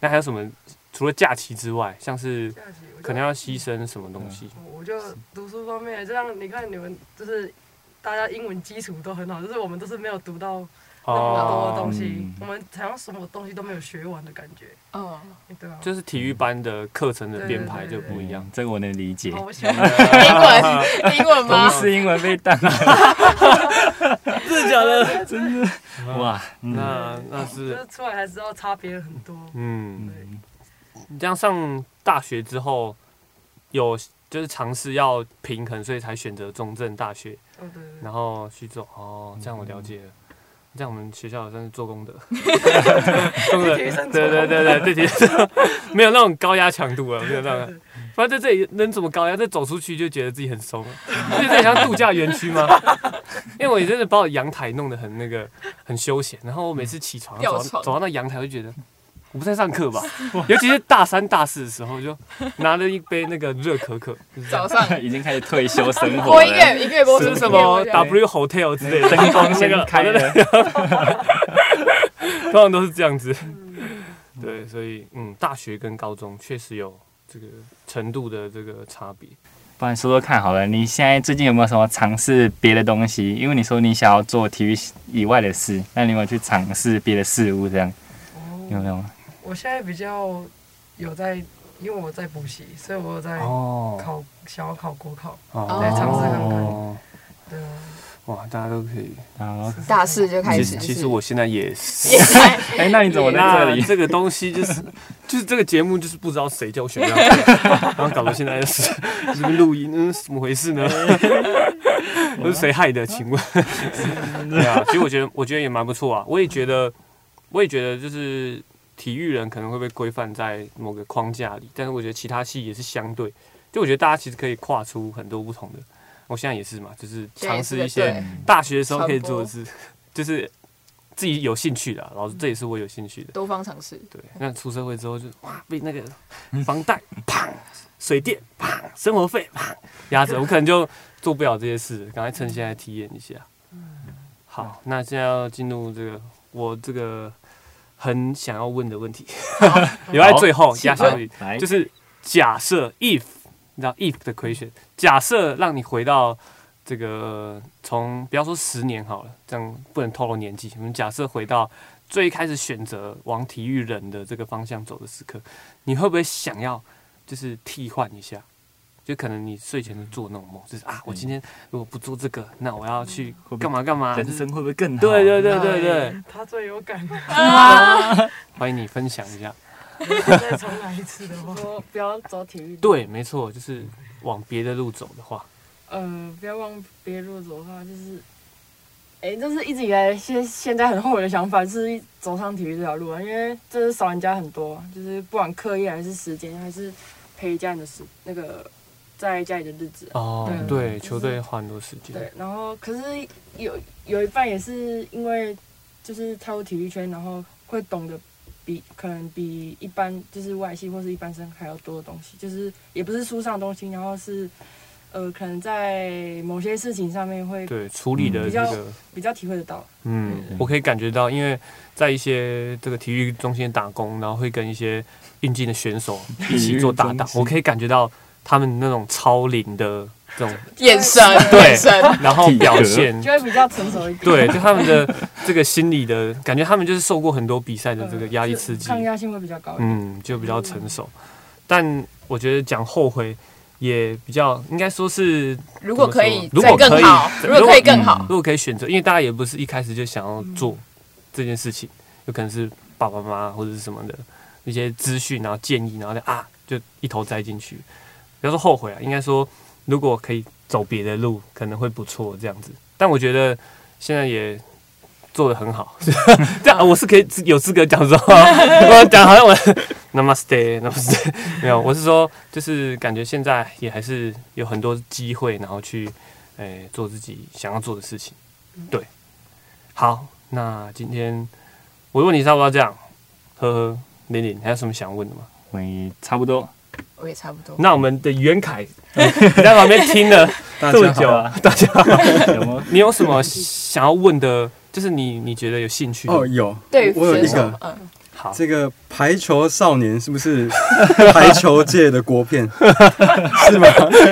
那还有什么？除了假期之外，像是假期我就可能要牺牲什么东西？我就读书方面，就像你看你们就是大家英文基础都很好，就是我们都是没有读到那哦么多的东西嗯，我们好像什么东西都没有学完的感觉，哦嗯，对啊。就是体育班的课程的编排就不一样嗯。这个我能理解好，。我喜欢英文，英文同 <laughs> 吗？事英文被当啊，真的假的？真的，哇，嗯 <laughs> 那那就是是出来还知道差别很多。嗯，对，你这样上大学之后，有就是尝试要平衡，所以才选择中正大学，哦对对对然后去做。哦，这样我了解了。这样我们学校也算是做功 <laughs> 德，做功德，体育生对对对对，对，体育生 <laughs> 没有那种高压强度了，啊没有那种。反正在这里能怎么高压？再走出去就觉得自己很松了，啊就这里像度假园区吗？ <laughs> 因为我也真的把我阳台弄得很那个很休闲，然后我每次起嗯床吊走到床走到那阳台，我就觉得我不在上课吧，尤其是大三大四的时候，就拿了一杯那个热可可，就是这样早上已经开始退休生活播音了，乐，音乐播是什么 W Hotel 之类的，灯光先开对对对了，通常都是这样子。嗯对，所以嗯，大学跟高中确实有这个程度的这个差别。不然说说看好了，你现在最近有没有什么尝试别的东西？因为你说你想要做体育以外的事，那你有没有去尝试别的事物？这样有哦，没有？我现在比较有在，因为我在补习，所以我有在哦考，想要考国考。哦来尝试看看哦对啊，哇，大家都可以。然后，大四就开其始实，就是其实我现在也 <laughs> 是。也在哎、那你怎么在这那里？这个东西就是， <laughs> 就是这个节目就是不知道谁叫我选这 <laughs> 样子，然后搞到现在是这边录音，嗯，怎么回事呢？ <laughs> 都是谁害的？请问？对啊，其实我觉得，我觉得也蛮不错啊。我也觉得，我也觉得就是体育人可能会被规范在某个框架里，但是我觉得其他系也是相对，就我觉得大家其实可以跨出很多不同的。我现在也是嘛，就是尝试一些对大学的时候可以做的事，就是自己有兴趣的啊、老师这也是我有兴趣的。多方尝试。对，那出社会之后就哇，被那个房贷啪，水电啪，生活费啪压着，我可能就做不了这些事，赶快趁现在体验一下。好，那现在要进入这个我这个很想要问的问题， <laughs> 留在最后压箱底，哦来，就是假设 if 你知道 if 的 question，假设让你回到这个从不要说十年好了，这样不能透露年纪。我们假设回到最开始选择往体育人的这个方向走的时刻，你会不会想要就是替换一下？就可能你睡前做那种梦，就是啊，我今天如果不做这个，那我要去嗯会不会干嘛干嘛？人生会不会更好？对对对对对，他最有感， <laughs> 欢迎你分享一下。再重来一次的 <laughs> 话，说不要走体育，对，没错，就是往别的路走的话，呃，不要往别路走的话，就是，哎、这是一直以来现现在很后悔的想法，就是走上体育这条路啊，因为真的少人家很多，就是不管课业还是时间，还是陪家人的时那个在家里的日子啊、哦，对对，球队花很多时嗯间，对，然后可是有有一半也是因为就是踏入体育圈，然后会懂得比可能比一般就是外系或是一般生还要多的东西，就是也不是书上的东西，然后是呃可能在某些事情上面会对处理的嗯比这较个，比较体会得到。嗯，我可以感觉到，因为在一些这个体育中心打工，然后会跟一些应届的选手一起做搭档，体育中心我可以感觉到他们那种超龄的这种，眼神，对眼神，然后表现， <laughs> 就会比较成熟一点。对，就他们的这个心理的感觉，他们就是受过很多比赛的嗯，这个压力刺激，抗压性会比较高一点。嗯，就比较成熟。但我觉得讲后悔也比较，应该说是如果可以如再果可以更好，对如果可以如果更好，如果可以选择，因为大家也不是一开始就想要做这件事情，有可能是爸爸妈妈或者是什么的一些资讯，然后建议，然后就啊就一头栽进去。不要说后悔啊，应该说如果可以走别的路，可能会不错这样子。但我觉得现在也做的很好， <laughs> 这样我是可以有资格讲说，我讲好像我 Namaste Namaste <laughs> 没有，我是说就是感觉现在也还是有很多机会，然后去诶、哎做自己想要做的事情。对，好，那今天我的问题差不多这样，呵呵，玲玲还有什么想问的吗？喂，差不多，我也差不多。那我们的袁 <laughs> 凯你在旁边听了大这么家久好。 <laughs> 啊，大家好，有吗？你有什么想要问的？就是你你觉得有兴趣的哦，有，对于我有一选手个，嗯，好，这个排球少年是不是排球界的国片？是吗？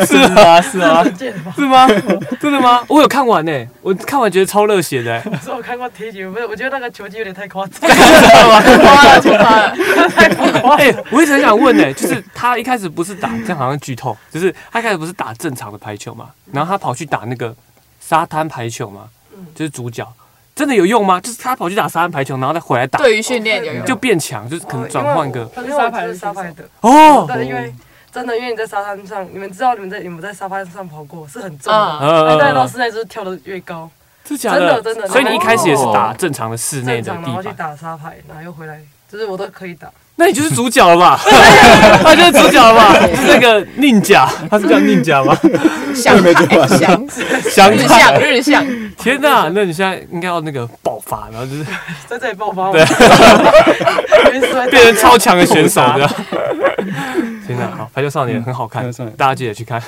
是啊，是啊， <laughs> 是吗？真的吗？我有看完呢、我看完觉得超热血的、欸。可是我看过体检，不是，我觉得那个球技有点太夸张。花了就花了， <laughs> 哎、我一直很想问呢、就是他一开始不是打，这样好像剧透，就是他一开始不是打正常的排球嘛，然后他跑去打那个沙滩排球嘛，嗯就是主角真的有用吗？就是他跑去打沙滩排球，然后再回来打， <laughs> 对于训练有用，就变强，就是可能 <laughs> 转换个哦因为我就是沙排的，哦，但因为真的，因为你在沙滩上，你们知道你们在你们在沙滩上跑过是很重啊的，呃但大家都室内就是跳的越高，是假的，哎真的真的所以你一开始也是打正常的室内正的常然后地去板，打沙排，然后又回来，就是我都可以打。那你就是主角了 <laughs> 吧？他就是主角了吧？就是那个宁甲，他是叫宁甲 <laughs> 吗？想 <laughs> 没做太完想想日向日向，天哪，那你现在应该要那个爆发，然后就是在这里爆发，我原始在变成 <laughs> 超强的选手的。天哪，好，排球少年很好看嗯排球少，年大家记得去看。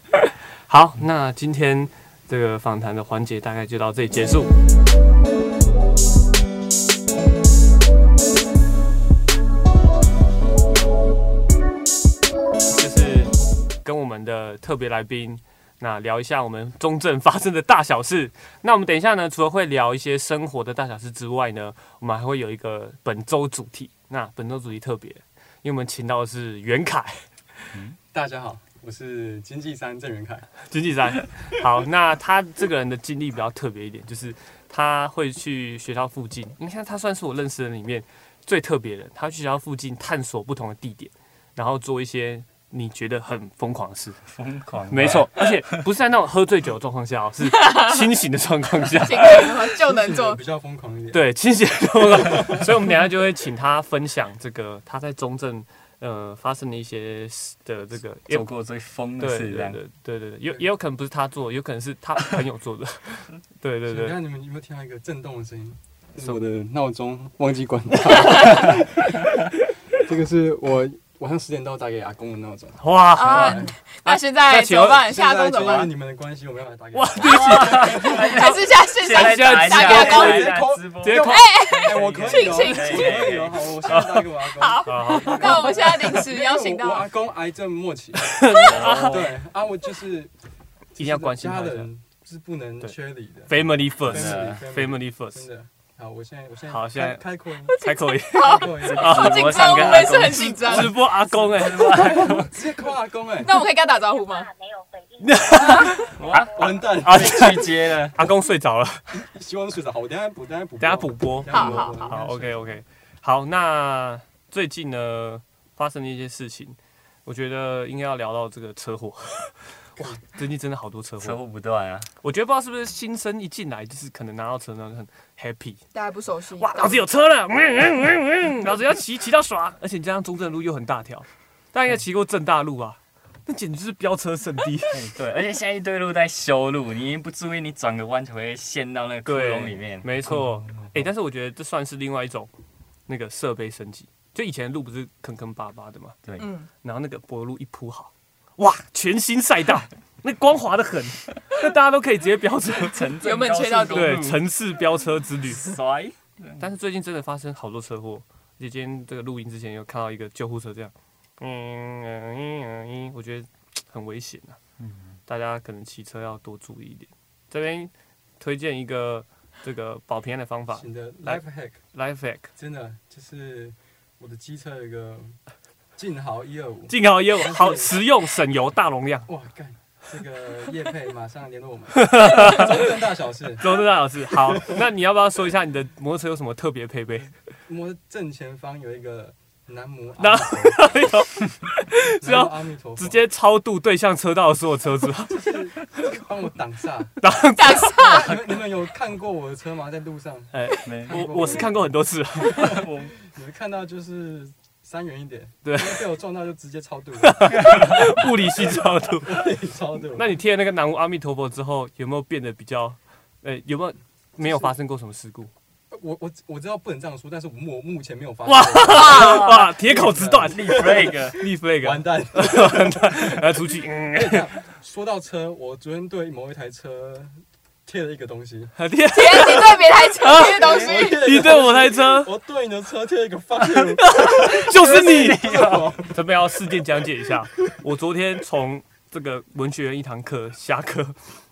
<laughs> 好，那今天这个访谈的环节大概就到这里结束。就是跟我们的特别来宾。那聊一下我们中正发生的大小事。那我们等一下呢，除了会聊一些生活的大小事之外呢，我们还会有一个本周主题。那本周主题特别，因为我们请到的是袁凯 <laughs> 大家好，我是经济三郑元凯。经纪人。好，那他这个人的经历比较特别一点，就是他会去学校附近。你看，他算是我认识的人里面最特别的人。他去学校附近探索不同的地点，然后做一些你觉得很疯狂的啊事。疯狂，没，错，而且不是在那种喝醉酒的状况下哦，是 <laughs> 清醒的状况下。这个就 <laughs> 能做比较疯狂一点。对，清醒多了，所以我们等一下就会请他分享这个他在中正呃发生的一些事的这个，也做过最疯的对事，对这样对对对对，有也有可能不 <laughs> 是他做的，有可能是他朋友做的，对对对你们有没有听到一个震动的声音？是我的闹钟 <laughs> 忘记关掉。这个是我晚上十点到打给阿公的闹钟。哇，啊，那现那在怎请问么办？ <laughs> 下周现在怎么就是办？你们的关系，我没办法打给哇阿 <laughs> 公。还是下线上现在就要打给阿公？直接直接扣哎，我可以哦，庆可以哦，好，我现在打给我阿公。好，啊好好那我们现在临时邀 <laughs> 请我到啊阿公癌症末期。对啊，我就是哦 <laughs> 一定要关心家他一下人是不能缺离的。 ，Family 真 First，Family 的 First，真的。好，我现在我现在好现在开开阔音，开口啊音 <laughs> 开阔音，好紧张，我们也是很紧张。直播阿公哎，直接夸阿公 <laughs> 哎，那我可以跟他打招呼吗？没有回应。完蛋，阿去接了，阿公睡 <laughs> 着了，希望睡着。好，我等一下补，等一下补，等下补播。等一下补。好我好好我，OK OK，好，那最近呢发生的一些事情，我觉得应该要聊到这个车 <laughs> 祸。哇，最近真的好多车车祸，祸不断啊，我觉得不知道是不是新生一进来就是可能拿到车呢很 happy，大家不熟悉。哇，老子有车了，嗯嗯嗯嗯，老子要骑骑到爽， <laughs> 而且你加上中正路又很大条，大家应该骑过正大路啊，那简直就是飙车圣 <laughs> 地。嗯对，而且现在一堆路在修路，你一不注意，你转个弯就会陷到那个窟窿里面。嗯没错，哎、但是我觉得这算是另外一种那个设备升级。就以前的路不是坑坑巴巴的嘛，对，嗯，然后那个柏油路一铺好，哇，全新赛道，那光滑的很，那大家都可以直接飙 <laughs> 车。城原本切到底对，城市飙车之旅。摔，但是最近真的发生好多车祸，而且今天这个录音之前有看到一个救护车这样，嗯嗯嗯嗯，我觉得很危险啊。嗯大家可能骑车要多注意一点。这边推荐一个这个保平安的方法你的 life hack ，Life Hack，真的就是我的机车有一个劲豪一二五，进口业务 <laughs> 好实用、省油、大容量。哇干，这个叶佩马上联络我 <laughs> 们，中正大小事。周正大老师，好，那你要不要说一下你的摩托车有什么特别配备？ <laughs> 我正前方有一个南无那阿弥陀佛，哎呦是要南无阿弥陀佛，直接超度对向车道的所有车子，帮我 <laughs> 挡煞。但是你们你们有看过我的车吗？在路上，哎、没我我是看过很多次，你们看到就是三元一点，对因为被我撞到就直接超度了， <laughs> 物理系超度。超度。那你贴那个南无阿弥陀佛之后，有没有变得比较，呃、有没有没有发生过什么事故？我我我知道不能这样说，但是我目目前没有发生，哇，铁口直断，立 flag，立 flag，完蛋。然后出去，嗯，说到车，我昨天对某一台车贴了一个东西，呃贴别人对别台车这些东我西，贴了一你个对我台车我对你的车贴了一个 fuck you， <laughs> 就是你。这边要事件讲解一下，我昨天从这个文学院一堂课下课，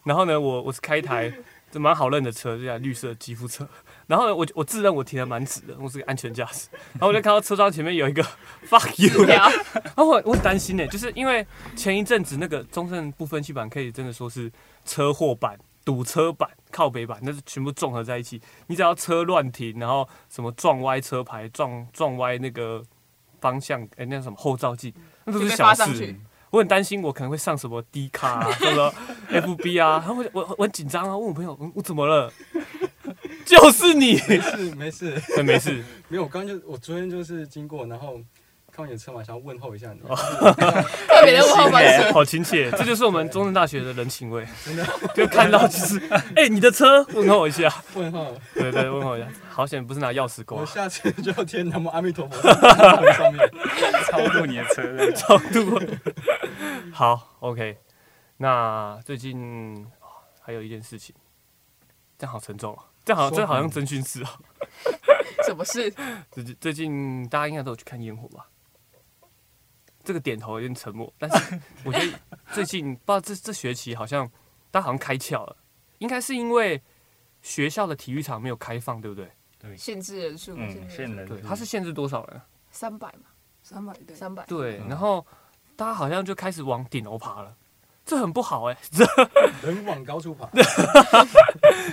然后呢，我我是开一台这蛮好认的车，这台绿色肌肤车。然后呢，我我自认我停的蛮直的，我是个安全驾驶。然后我就看到车窗前面有一个 <laughs> fuck you，然聊后我我很担心呢、欸就是因为前一阵子那个中正不分区版可以真的说是车祸版、堵车版、靠北版，那是全部综合在一起。你只要车乱停，然后什么撞歪车牌、撞撞歪那个方向，哎、那叫什么后照镜，那都就是被小发上事去。。我很担心，我可能会上什么 D 卡、 <laughs> 啊，什么 FB 啊，然后我我我很紧张啊，问我朋友，嗯我怎么了？ <laughs> 就是你，没事没事，哎没事，没有，我刚刚就我昨天就是经过，然后看到你的车嘛，想要问候一下你，哦特别的问候关哎系。好亲切，这就是我们中正大学的人情味， <laughs> 就看到就是，哎、你的车问候我一下，问候。对对，问候一下，好险不是拿钥匙啊我挂，<laughs> 下次就要贴南无阿弥陀佛在上面。超度你的车 <laughs> 的，超度。好，OK，那最近哦还有一件事情，这样好沉重哦，这样好，说这好像征讯室哦。什么事？最近最近大家应该都有去看烟火吧？这个点头有点沉默，但是我觉得最近不知道这这学期好像大家好像开窍了，应该是因为学校的体育场没有开放，对不对？限制人数，嗯，限现制人对，它是限制多少人啊？三百嘛，三百对，三百。对，嗯然后大家好像就开始往顶楼爬了，这很不好哎、这人往高处 <laughs> 爬，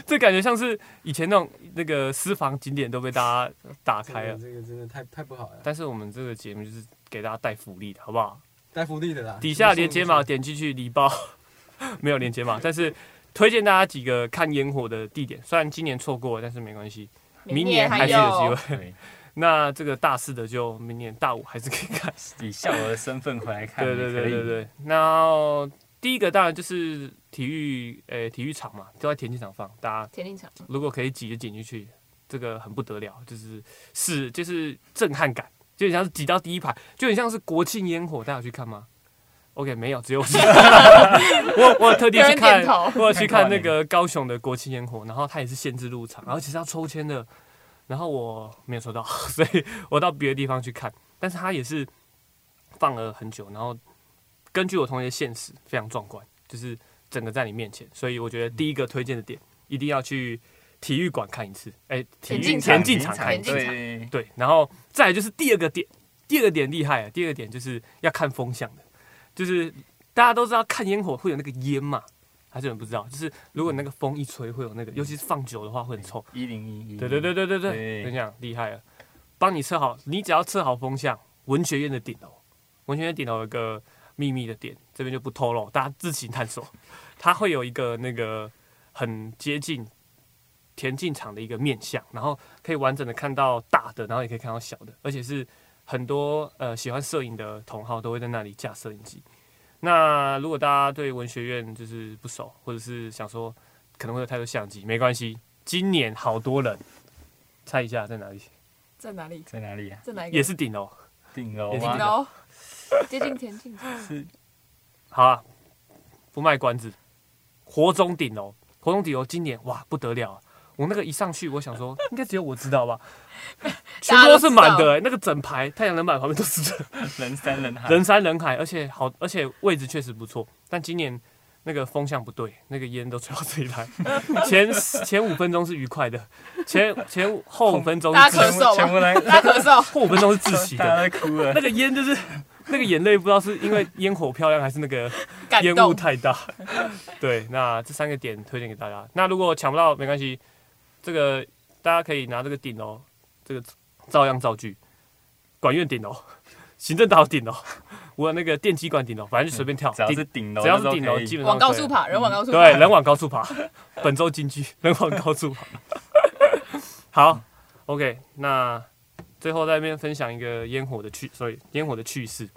这感觉像是以前那种那个私房景点都被大家打开了。这个真的太太不好了，但是我们这个节目就是给大家带福利的，好不好？带福利的啦。底下连接码点进去礼包， <laughs> 没有连接码，但是推荐大家几个看烟火的地点。虽然今年错过了，但是没关系，明年还还是有机会。对，那这个大四的就明年大五还是可以看。以校友的身份回来看，对对对对对，对。那第一个当然就是体育，诶、体育场嘛，都在田径场放，大家 <laughs> 田径场，如果可以挤就挤进去，这个很不得了，就是是就是震撼感，就很像是挤到第一排，就很像是国庆烟火，大家有去看吗？OK，没有，只有我去看，我我特地有去人看点头，我有去看那个高雄的国庆烟火，然后它也是限制入场，然后其实要抽签的，然后我没有抽到， <laughs> 所以我到别的地方去看，但是它也是放了很久，然后根据我同学现实非常壮观，就是整个在你面前，所以我觉得第一个推荐的点一定要去体育馆看一次，哎、体田育径田场径场看一田次径，场对，对，然后再来就是第二个点，第二个点厉害啊！第二个点就是要看风向的，就是大家都知道看烟火会有那个烟嘛，还是有人不知道？就是如果那个风一吹会有那个，尤其是放久的话会很臭。一零一一，对对对对对对，嗯对跟你讲厉害了，帮你测好，你只要测好风向，文学院的顶楼，文学院顶楼有一个秘密的点，这边就不透露，大家自行探索。它会有一个那个很接近田径场的一个面向，然后可以完整的看到大的，然后也可以看到小的，而且是很多呃喜欢摄影的同好都会在那里架摄影机。那如果大家对文学院就是不熟，或者是想说可能会有太多相机，没关系，今年好多人，猜一下在哪里？在哪里？在哪里啊？在哪一个？也是顶楼。顶楼也是顶吗？楼，接近田径场。好啊，不卖关子，活中顶楼，活中顶楼今年哇不得了啊、我那个一上去，我想 <laughs> 说应该只有我知道吧，全部都是满的、欸，那个整排太阳能板旁边都 <laughs> 是人，人山人啊海，人山人海，而且好，而且位置确实不错，但今年。那个风向不对，那个烟都吹到这里来。 <laughs> 前前五分钟是愉快的，前前五后五分钟大是家窒咳嗽息 <laughs> 嘛全部来，大咳嗽，后五分钟是窒息的。大家都哭了那。个烟就是那个眼泪，不知道是因为烟火漂亮还是那个感烟雾动。太大。对，那这三个点推荐给大家。那如果抢不到没关系，这个大家可以拿这个顶楼，这个照样造句，管院顶楼、行政大楼顶楼，我那个电机馆顶楼，反正就随便跳，只要是哦顶顶楼，只要是顶楼，基基本上往高可以处爬，人往高处爬。对，人往高处爬。 <laughs> 本周金句， <laughs> 人往高处爬。 <laughs> 好，OK，那最后在那边分享一个烟火的趣，所以烟火的趣事，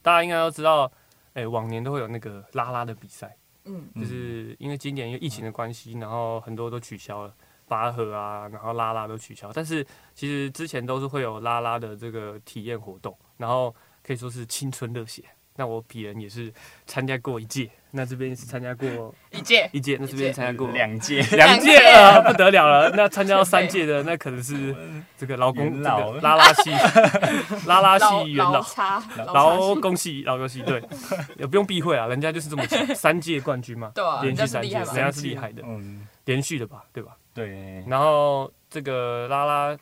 大家应该都知道，哎、往年都会有那个拉拉的比赛，嗯，就是因为今年因为疫情的关系，然后很多都取消了。拔河啊，然后拉拉都取消，但是其实之前都是会有拉拉的这个体验活动，然后可以说是青春热血。那我鄙人也是参加过一届，那这边也是参加过一届一届，那这边参加过两届， <laughs> 两届两届啊，不得了 <laughs> 了。那参加到三届的，那可能是这个劳工元这老个拉拉 <laughs> 系拉拉老系元老老。差劳老差系，工系，劳工系， <laughs> 对，也不用避讳啊，人家就是这么强，三届冠军 <laughs> 嘛，对啊，连人续家三届，人是厉害吧？家是厉害的，嗯，连续的吧，对吧？对，然后这个拉拉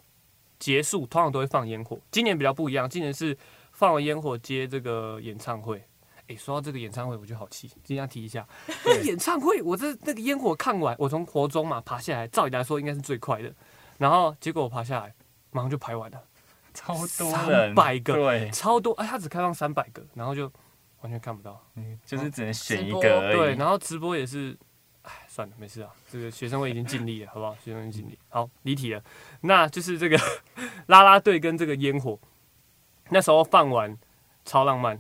结束，通常都会放烟火。今年比较不一样，今年是放了烟火接这个演唱会。诶，说到这个演唱会，我就好气，今天要提一下。那个演唱会，我这那个烟火看完，我从国中嘛爬下来，照理来说应该是最快的，然后结果我爬下来，马上就排完了，超多人， 300个对，超多。哎，他只开放三百个，然后就完全看不到。就是只能选一直播个而已。对，然后哦直播也是，哎，算了，没事啊。这个学生会已经尽力 <laughs> 了，好不好？学生会尽力。好，离题了。那就是这个 <laughs> 啦啦队跟这个烟火，那时候放完超浪漫，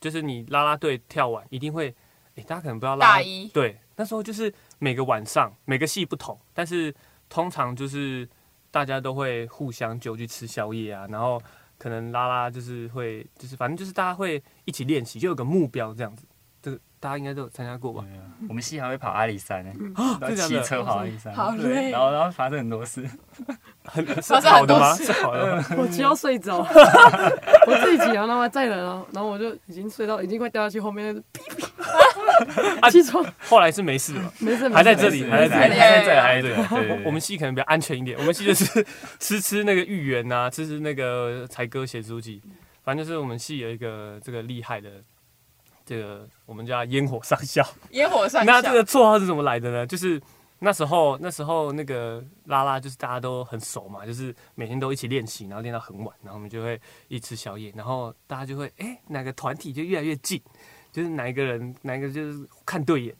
就是你啦啦队跳完一定会，哎、大家可能不知道啦啦大一对，那时候就是每个晚上每个戏不同，但是通常就是大家都会互相揪去吃宵夜啊，然后可能拉拉就是会就是反正就是大家会一起练习，就有个目标这样子。这个大家应该都有参加过吧？对啊我们系还会跑阿里山呢，然后 <gasps> 真的假骑的车跑阿里山，好累对然后然后发生很多事， <laughs> 很是发生好的很多吗？事嗯是好的吗？我骑到 <laughs> 睡着，我自己骑，然后他载人啊，然后我就已经睡到，已经快掉下去，后面哔啊哔，起床，后来是没事了。嗯没事，没事还在这里没事还在这还里在这里，还在这对啊里对对对，我们系可能比较安全一点，我们系就是 <laughs> 吃吃那个芋圆呐、吃吃那个才哥写书嗯记，反正就是我们系有一个这个厉害的，这个我们叫烟火上校。烟火上那校，这个绰号是怎么来的呢？就是那时候，那时候那个拉拉就是大家都很熟嘛，就是每天都一起练习，然后练到很晚，然后我们就会一起吃宵夜，然后大家就会哎、哪个团体就越来越近，就是哪一个人哪一个就是看对眼。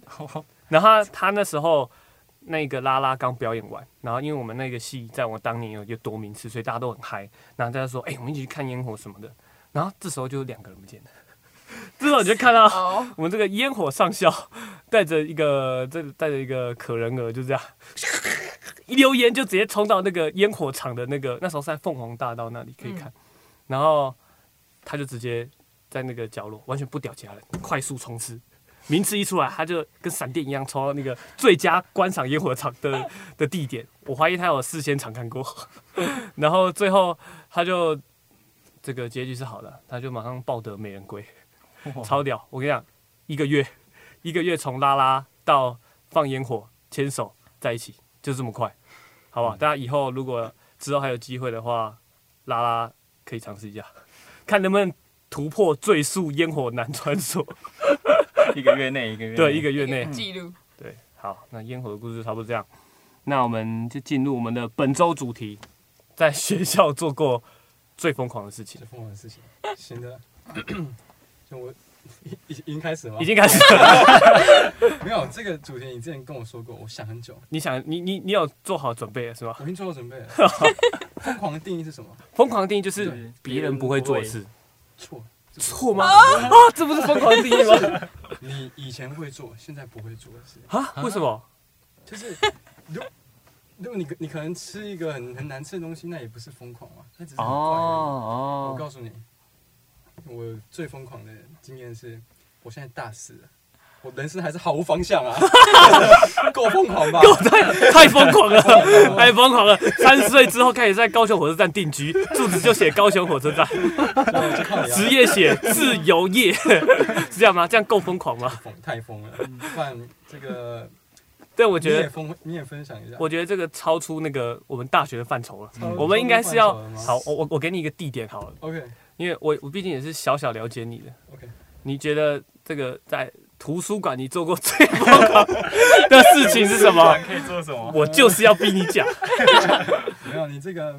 然后他他那时候那个拉拉刚表演完，然后因为我们那个戏在我当年有有夺名次，所以大家都很嗨，然后大家说哎、我们一起去看烟火什么的，然后这时候就有两个人不见了， <laughs> 这时候你就看到。哦，我们这个烟 <laughs> 火上校带着一个这带着一个可人儿，就这样一溜烟就直接冲到那个烟火厂的那个，那时候是在凤凰大道那里可以看，然后他就直接在那个角落完全不屌其他人，快速冲刺。名次一出来，他就跟闪电一样冲到那个最佳观赏烟火场的的地点。我怀疑他有事先场看过， <laughs> 然后最后他就这个结局是好的，他就马上抱得美人归，超屌！我跟你讲，一个月一个月从拉拉到放烟火、牵手在一起，就这么快，好吧？大家以后如果之后还有机会的话，拉拉可以尝试一 <laughs> 下，看能不能突破最速烟火难穿 <laughs> 梭。一个月内，一个月内对，一个月内，记录。对，好，那烟火的故事就差不多这样。那我们就进入我们的本周主题，在学校做过最疯狂的事情这。疯狂的事情。行的， <coughs> 就我已已已经开始了吗？已经开始了，没有这个主题，你之前跟我说过，我想很久，你想，你你你有做好准备了是吗？我已经做 <laughs> 好准备了。疯狂的定义是什么？疯狂的定义就是别人不会做的事，错，错吗？啊，这不是疯狂的定义吗？你以前会做，现在不会做的事，啊，为什么？就是如如果你你可能吃一个很很难吃的东西，那也不是疯狂啊，那只是很怪而已。我哦，告诉你，我最疯狂的经验是，我现在大四了，我人生还是毫无方 <laughs> 向啊，够疯狂吧？太疯狂 <laughs> 了，太疯狂了！三十岁之后开始在高雄火车站定居，住址就写高雄火车 <laughs> 站，我就靠你啊职业写自由业， <laughs> 是这样吗？这样够疯狂吗？疯太疯了，不然这个对，我你觉也得，疯，你也分享一下。我觉得这个超出那个我们大学的范畴了。超我们应该是要超过范畴了吗好，我我我给你一个地点好了， OK 因为我我毕竟也是小小了解你的。 OK，你觉得这个在图书馆你做过最疯狂的事情是什么？可以做什么？我就是要逼你讲。 <laughs> 没有你这个。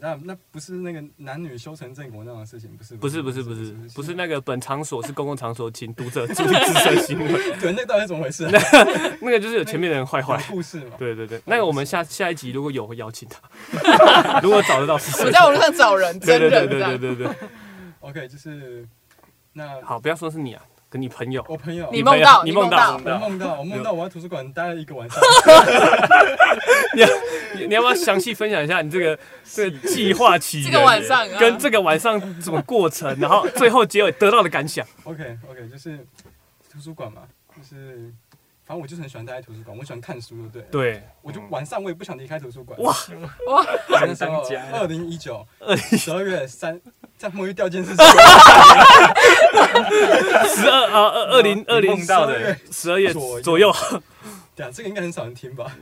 那那不是那个男女修成正果那种事情，不是不是不是不是不是那那个本场所是公共场所，请读者注意自身行为。对，那到底是怎么回事啊？ <laughs> 那个就是有前面的人坏坏有。故事嘛？对对对，那个我们下下一集如果有会邀请他， <laughs> 如果找得到是谁我。在网络上找人，对真对对人对这对样。对对， OK，就是那好，不要说是你啊，跟你朋友。我朋友，你朋梦友到，你你梦梦到到，我梦到我梦到我在图书馆待了一个晚上，你要你你要不要详细分享一下你这 <laughs> 个这个计划起源这个晚上啊跟这个晚上怎么过程，然后最后结尾得到的感想？ OK OK，就是图书馆嘛，就是反正我就是很喜欢待在图书馆，我喜欢看书，对不对？，对，我就晚上我也不想离开图书馆。哇哇！那时候当家二零一九十二月三，在摸鱼掉件事 <laughs> 情十二啊二二零二你零梦到的十二月左右左右，对啊，这个应该很少人听吧？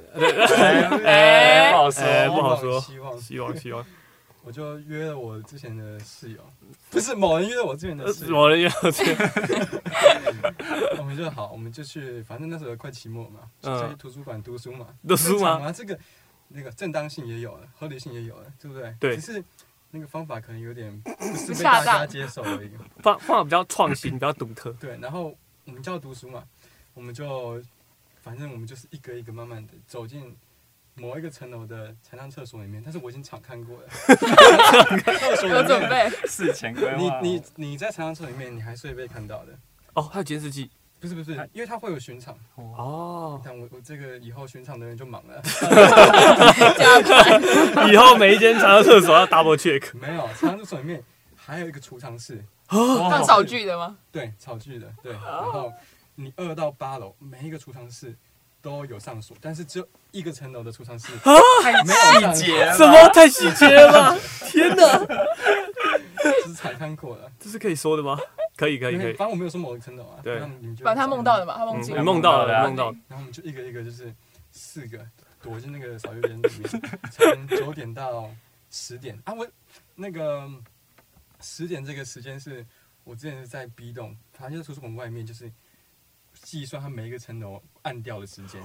哎，不好说，哎不好说希望希望希望希望我就约了我之前的室友，不是某人约了我之前的嗯呃室友，某人要这 <laughs> 样，我们就好，我们就去，反正那时候快期末嘛，嗯就去图书馆读书嘛。读书吗正常啊，这个那个正当性也有了，合理性也有了，对不对？对只是那个方法可能有点 <coughs> 不是被恰大当家接受而已。方方法比较创新，比较独特。对，然后我们就要读书嘛，我们就反正我们就是一个一个慢慢的走进。某一个层楼的残障厕所里面，但是我已经常看过 <laughs> 了。 <laughs> 厕所有里准面，备，事前规划。你你你在残障厕所里面，你还是会被看到的。哦，还有监视器不是不是，哎因为它会有巡场， <laughs> 哦，但我我这个以后巡场的人就忙了。 <laughs> 以后每一间长的厕所要 double check。没有，仓储所里面还有一个储藏室，放少少句的吗？对，草具的，哦对。然后你二到八楼每一个储藏室都有上锁，但是只有一个层楼的储藏室啊没有上锁，<laughs> 节什么太细节了吧？天哪，只是踩看过了。 <laughs> 这是可以说的吗？可以可以因可为以反，正我没有说某个层楼啊，对然后你们就把他梦到的嘛。嘛，他梦嗯，境你。梦到了，啊梦到了。然后我们就一个一个就是四个躲进那个扫月间 <laughs> 里面，从九点到十点啊，我那个十点这个时间是我之前是在 B 栋，反正就是图书馆外面，就是计算它每一个层楼按掉的时 <laughs> 间。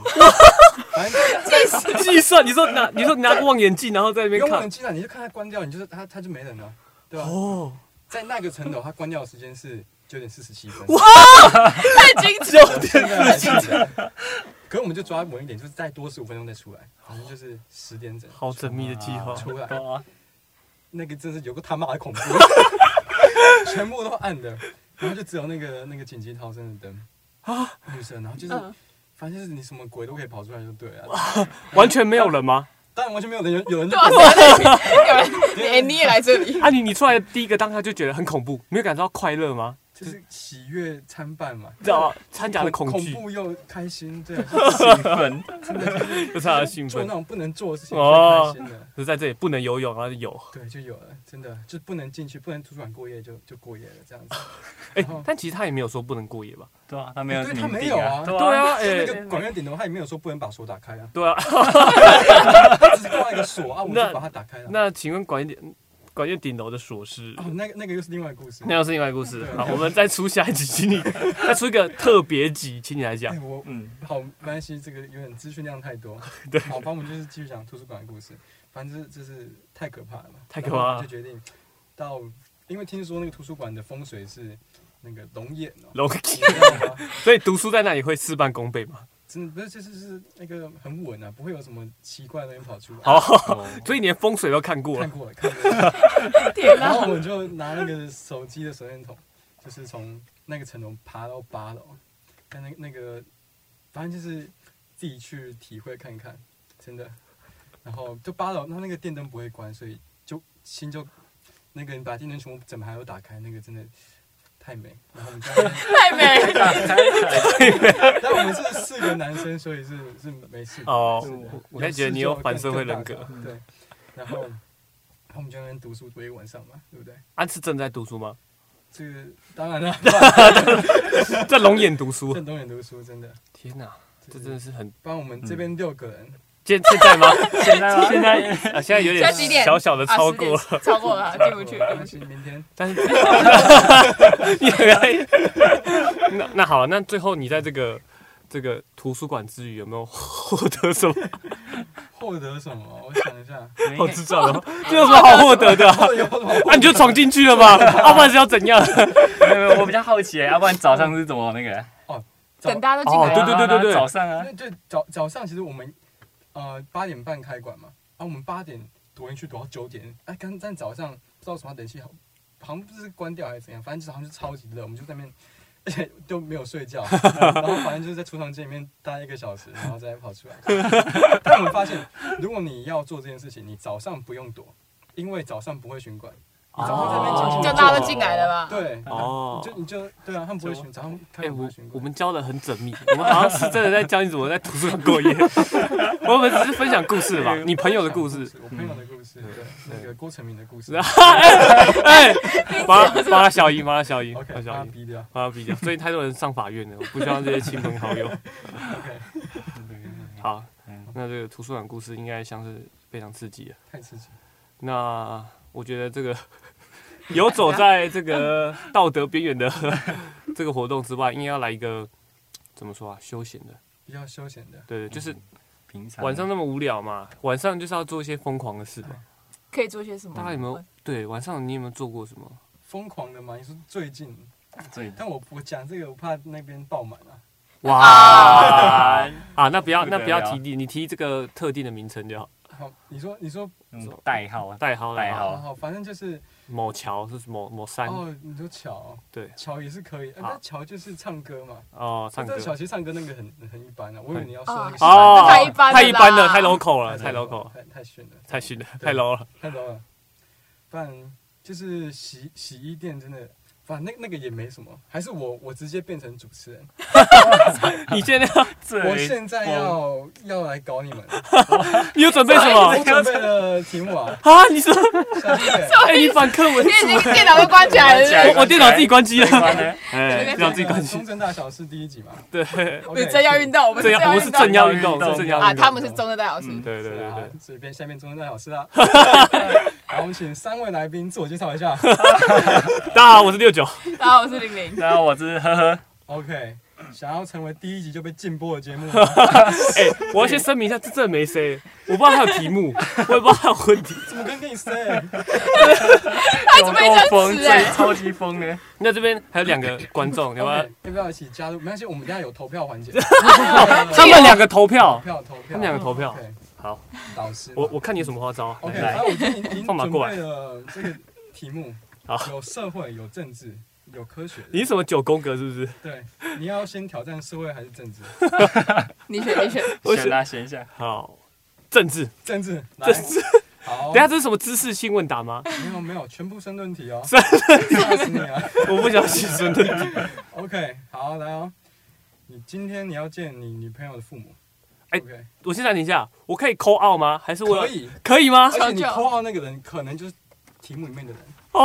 反正计算，你说拿，你说你拿个望远镜，然后在那不边用看忘。记了，你就看它关掉，你就是它它就没人了，对吧？哦，在那个层楼，它关掉的时间是九点四十 <laughs> 七分。太精致，现在还记得。可是我们就抓稳一点，就是再多十五分钟再出来，反正就是十点整。好缜密的哦计划。出来， <laughs> 哇那个真是有个他妈 <laughs> 的恐怖，全部都暗的，然后就只有那个那个紧急逃生的灯啊，绿色，然后就是、嗯反正就是你什么鬼都可以跑出来就对了。完全没有人吗？当然完全没有 <laughs> 人，有有人就对啊，你哎你也来这里，啊，你你出来的第一个当下就觉得很恐怖，没有感受到快乐吗？就是喜悦参半嘛，知道掺杂了恐恐惧，怖又开心， <laughs> 对啊，气氛，就掺杂了兴做奋那，种不能做的事情哦最开心的。就在这里不能游泳，然后就游。对，就有了，真的就不能进去，不能图书馆过夜就就过夜了这样子。哎然后，但其实他也没有说不能过夜吧？对啊，他没有对明他没定有啊，啊对对啊，啊，那哎，个管院顶楼他也没有说不能把锁打开啊，对啊。 <laughs> 他只是挂一个锁啊，我就那把它打开了。那请问管院管院顶楼的锁是？哦，那个那个又是另外一个故事。那又是另外一个故事。对好，我们再出下一集，请你再出一个特别集，请你来讲哎，。<laughs> 我嗯，好，没关系，这个有点资讯量太多。对好，反正我们就是继续讲图书馆的故事。反正这是太可怕了嘛，太可怕了然后就决定到，因为听说那个图书馆的风水是那个龙眼哦、龙， <laughs> 你知道吗？所以读书在那里会事半功倍嘛？真的不是，就是是那个很稳啊，不会有什么奇怪的东西跑出来。好，哦，所以你连风水都看过看了。过了，看过 <laughs> 了。天然哪！后我就拿那个手机的手电 <laughs> 筒，就是从那个层楼爬到八楼，但那个那个，反正就是自己去体会看看，真的。然后就八楼，那那个电灯不会关，所以就心就那个你把电灯全部整排都打开，那个真的太美。然后 <laughs> 我们在那边太美，但我们是四个男生，所以是是没事。哦是的，我现在觉得你有反社会人格。对，然后 <laughs> 然后我们就在那边读书读一个晚上嘛，对不对？啊，是正在读书吗？这个当然了， <laughs> 在龙眼读书。郑东远读书真的，天哪，这是真的是很帮我们这边六个人，现现在吗？现在吗现在 <laughs> 啊，现在有现在几点点小小的啊超过了， 10点超过了，进不去，进但不去。是明天但是你很爱。那那好，那最后你在这个这个图书馆之旅有没有获得什么？获得什么？我想一下， <laughs> 好智障哦，这有什么好获得的啊？获得有什么？啊，你就闯进去了嘛，啊要不然是要怎样？没有没有，我比较好奇，啊要不然早上是怎么那个？等大家都进来哦对了，对对对对早上啊，那就早早上其实我们呃八点半开馆嘛，啊我们八点躲进去躲到九点，哎、刚但早上不知道什么冷气好，好像不是关掉还是怎样，反正就是好像是超级热，我们就在那边。而且都没有睡觉，然后反正就是在储藏间里面待一个小时，然后再跑出来。 <laughs> 但我们发现，如果你要做这件事情，你早上不用躲，因为早上不会巡管。你早上在那 <laughs> 边哦进叫大家都进来了吧？对，哦你就你就对啊，他们不会巡，早上他哎、们不我会巡管。我们教的很缜密，我们好像是真的在教你怎么在图书馆过夜。 <laughs> 我们只是分享故事吧，你朋友的故事。 <laughs> 嗯我朋友的故事，对，那个郭成明的故事是啊哎、把他把他小姨，把他小姨，把，OK，他把小它姨，逼掉。把他比较。所以太多人上法院了，我不希望这些亲朋好友。 OK，好，那这个图书馆故事应该像是非常刺激的。太刺激了。那我觉得这个游走在这个道德边缘的 <laughs> 这个活动之外，应该要来一个怎么说啊？休闲的，比较休闲的，对，就是平常晚上那么无聊嘛，晚上就是要做一些疯狂的事嘛。可以做些什么？大家有没有对晚上你有没有做过什么？疯狂的嘛，你说最近，最但我我讲这个，我怕那边爆满啊。哇啊，那不要不得那了不要提你，你提这个特定的名称就好，好，你说你说，嗯代号啊，代号代代号号好好，反正就是某桥是某某山哦，你说巧对巧也是可以，啊好但巧就是唱歌嘛。哦，唱歌但小琪唱歌那个很很一般啊，我以为你要说那个是哦，太一般了啦太一般了，太 local 了，太 local， local，太太炫了，太逊了，太 low 了。太 low 了。不然就是洗洗衣店真的，反正那那个也没什么，还是我我直接变成主持人。你现在我现在要要来搞你们，你有准备什么我准备了题目啊，啊？你说，下一页哎，你反课文你已经电脑都关起来了是不是，我我电脑自己关机了，了， <laughs> 哎，电脑自己关机中。正大小事第一集嘛，对，你真要运动，我们这是样我们是真要正运要运动，正要是正要动运动啊，他们是中正大老师，嗯对对对对啊对，，随便下面中正大小事啦。 <laughs> 好，我们请三位来宾自我介绍一下。大家好，我是六九， <laughs> 大家好，我是玲玲。然后我是呵呵， OK，想要成为第一集就被禁播的节目吗，哎，我要先声明一下，这真的没 C，我不知道他有题目，我也不知道他有问题。怎么跟你 say？有准备这样够疯，子哎最超级疯的，那这边还有啊两个观众，要不要 OK，？要不要一起加入？没关系，我们等一下有投票 <laughs> 环节，他们两个投投票，票投票，他们两个投票。 OK，好，导师嘛，我我看你有什么花招啊？嗯 OK，来反正我已经已经放马准过来备了这个题目，好有社会，有政治，有科学的。你是什么九宫格是不是？对，你要先挑战社会还是 <laughs> 政治？你选，你选，我选啊选一下，好，政治，政治，政来，治。 <laughs> 好哦等一，下这是什么知识性问答吗？没有没有，全部申论题哦，申吓死你啊！我不相信真的。 <laughs> OK，好，来哦。你今天你要见你女朋友的父母，哎 o k 我先暂停一下，我可以扣 out 吗？还是我可以，可以吗而？且你求救扣到那个人，可能就是题目里面的人，哦，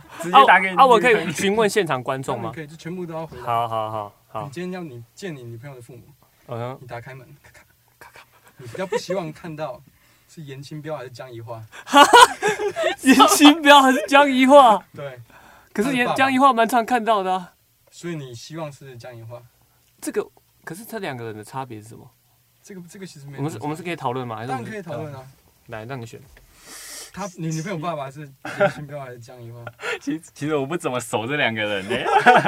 哦，直啊接打给你啊，我女可朋以友询问现场观那众你 <laughs> 吗？可以就全部都要回答。好好好你好，今天要你见你女朋友的父母，嗯，你打开门，咔咔咔咔，你比较不希望看到是严清标还是江宜桦？严清标还是江宜 <laughs> 桦？对，可是严啊江宜桦蛮常看到的啊、所以你希望是江宜桦。这个可是这两个人的差别是什么？这个这个其实没我有们什是么，我们是可以讨论吗？还是我当们然可以讨论嗯啊。来，让你选。他你女朋友爸爸是严清标还是江宜桦？其其实我不怎么熟这两个人 <laughs> 呢。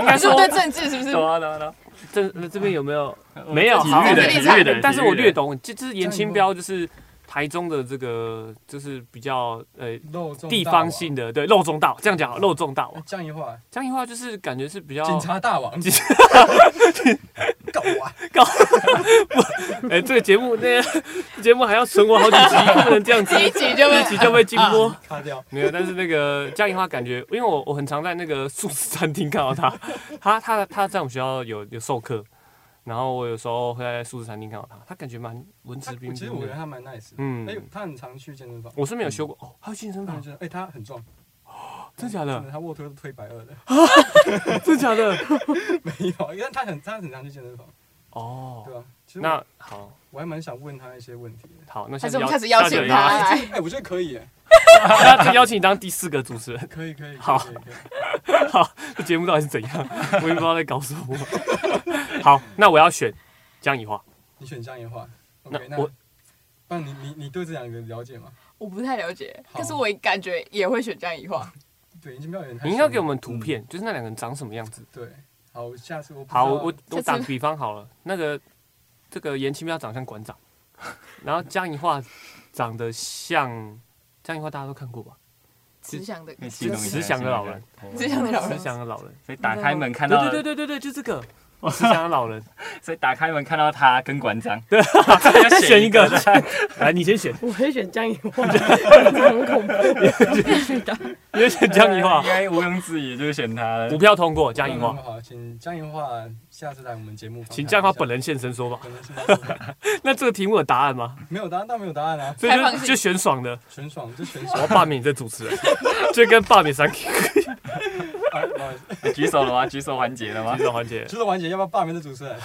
应该你是说不是对政治是不是？懂啊懂啊懂啊。这这这边有没有 <laughs> 哦没有体好育的体体育育的的，但是我体育的略。懂，就就是严清标就是台中的这个就是比较呃肉粽地大王方性的对肉中道这样讲好肉中道哎江宜桦，江宜桦啊就是感觉是比较警察大王，警狗啊！ <laughs> 哎、这个节目那个节目还要存活好几集，不能这样子这一集就一被集就被禁嗯播。卡掉。没有，但是那个嘉玲花啊感觉，因为我我很常在那个素食餐厅看到她，她她她在我们学校有有授课，然后我有时候会在素食餐厅看到她，她感觉蛮文质他彬其实彬我觉得的。他蛮 nice 的。嗯哎，他很常去健身房。我是没有修过哦，还有健身他房们，觉得，哎，他很壮，真假真的，的？他卧推都推百二的。 <laughs> <laughs> 真假的？没有，因为他很他很常去健身房，哦，对吧？其实那我好我还蛮想问他一些问题的。好，那还现是在我们开始邀请他来？哎，我觉得可以，哎 <laughs> 那就邀请你当第四个主持人。 <laughs> 可以可以。可以好可以可以这节目到底是怎样？我也不知道在搞什么。 <laughs> 好，那我要选江宜桦。你选江宜桦。那 OK，那我不然你你你对这两个了解吗？ <laughs> 我不太了解，好可是我感觉也会选这样一话。对，已经没有人太。你应该给我们图片，就是那两个人长什么样子。嗯对，好，我下次我不好，知我道我这我嗯次打个比方好了，那个这个严清标长像馆长，然后江宜桦长得像江宜桦，大家都看过吧？慈祥的，你系统一下慈祥的老人，慈祥的老慈人，祥的老人，所以打开门看对到，对对对对对，就这 <laughs> 个慈祥的老人，所以打开门看到他跟馆长，再 <laughs> 选一个 <laughs> 选，来你先选，我会选江宜桦， <laughs> 很恐怖。你先选江宜桦应，该毋庸置疑就是选他了五。票通过，江宜那那桦么，好，请江宜桦下次来我们节目。请江宜桦本。人现身说吧。本人是不是那这个题目有答案吗？没有答案，但没有答案啊，所以开放就性就选爽的，选爽就选我爽。要罢免你这主持人， <laughs> 就跟罢免三 K 哎不好意思举手了吗？举手环节了吗这？种环节。就是完结，要不要罢免的主持人？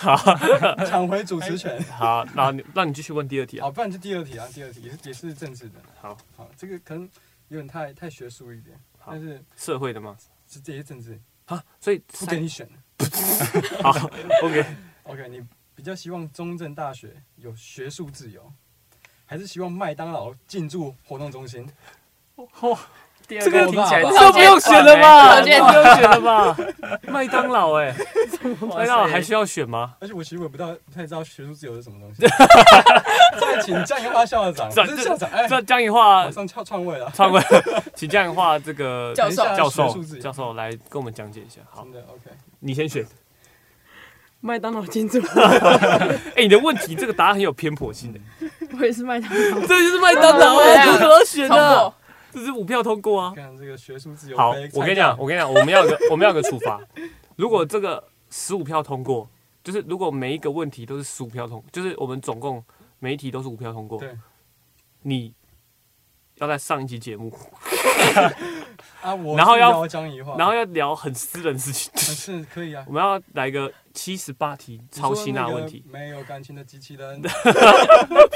抢回主持权。好，那你那你继续问第二题啊好，。不然就第二题啊，第二题也是也是政治的。好，好，这个可能有点太太学术一点，好但是社会的吗？这这些政治啊，所以不给你选。好，OK， <laughs> OK，你比较希望中正大学有学术自由，还是希望麦当劳进驻活动中心？这个听起来这不用选了吧？我觉这得不用选了吧？麦当劳哎， <laughs> 麦当劳还需要选吗？而且我其实我也不太不太知道学术自由是什么 <laughs> 东西。再请江宜桦校长，这不是校长，哎，这江宜桦马，上篡篡位了。他们 <laughs> 请江宜桦这个教授教学术授自由教授来跟我们讲解一下。好真，的嗯 OK，你先选。麦当劳金主，哎，你的问题这个答案很有偏颇性的，我也是麦当劳。 <laughs> 这就是麦当劳对哎，啊这怎么选通的过？这是五票通过啊。看这个学术自由。好，我跟你讲，，我跟你讲，我们要有个 <laughs> 我们要有个处罚。如果这个十五票通过，就是如果每一个问题都是十五票通，就是我们总共每一题都是五票通过，对你要在上一期节目，啊，我然后是要邀江宜桦，然后要聊很私人的事情，嗯 <laughs> 是可以啊。我们要来个七十八题超辛辣问题，，没有感情的机器人， <laughs>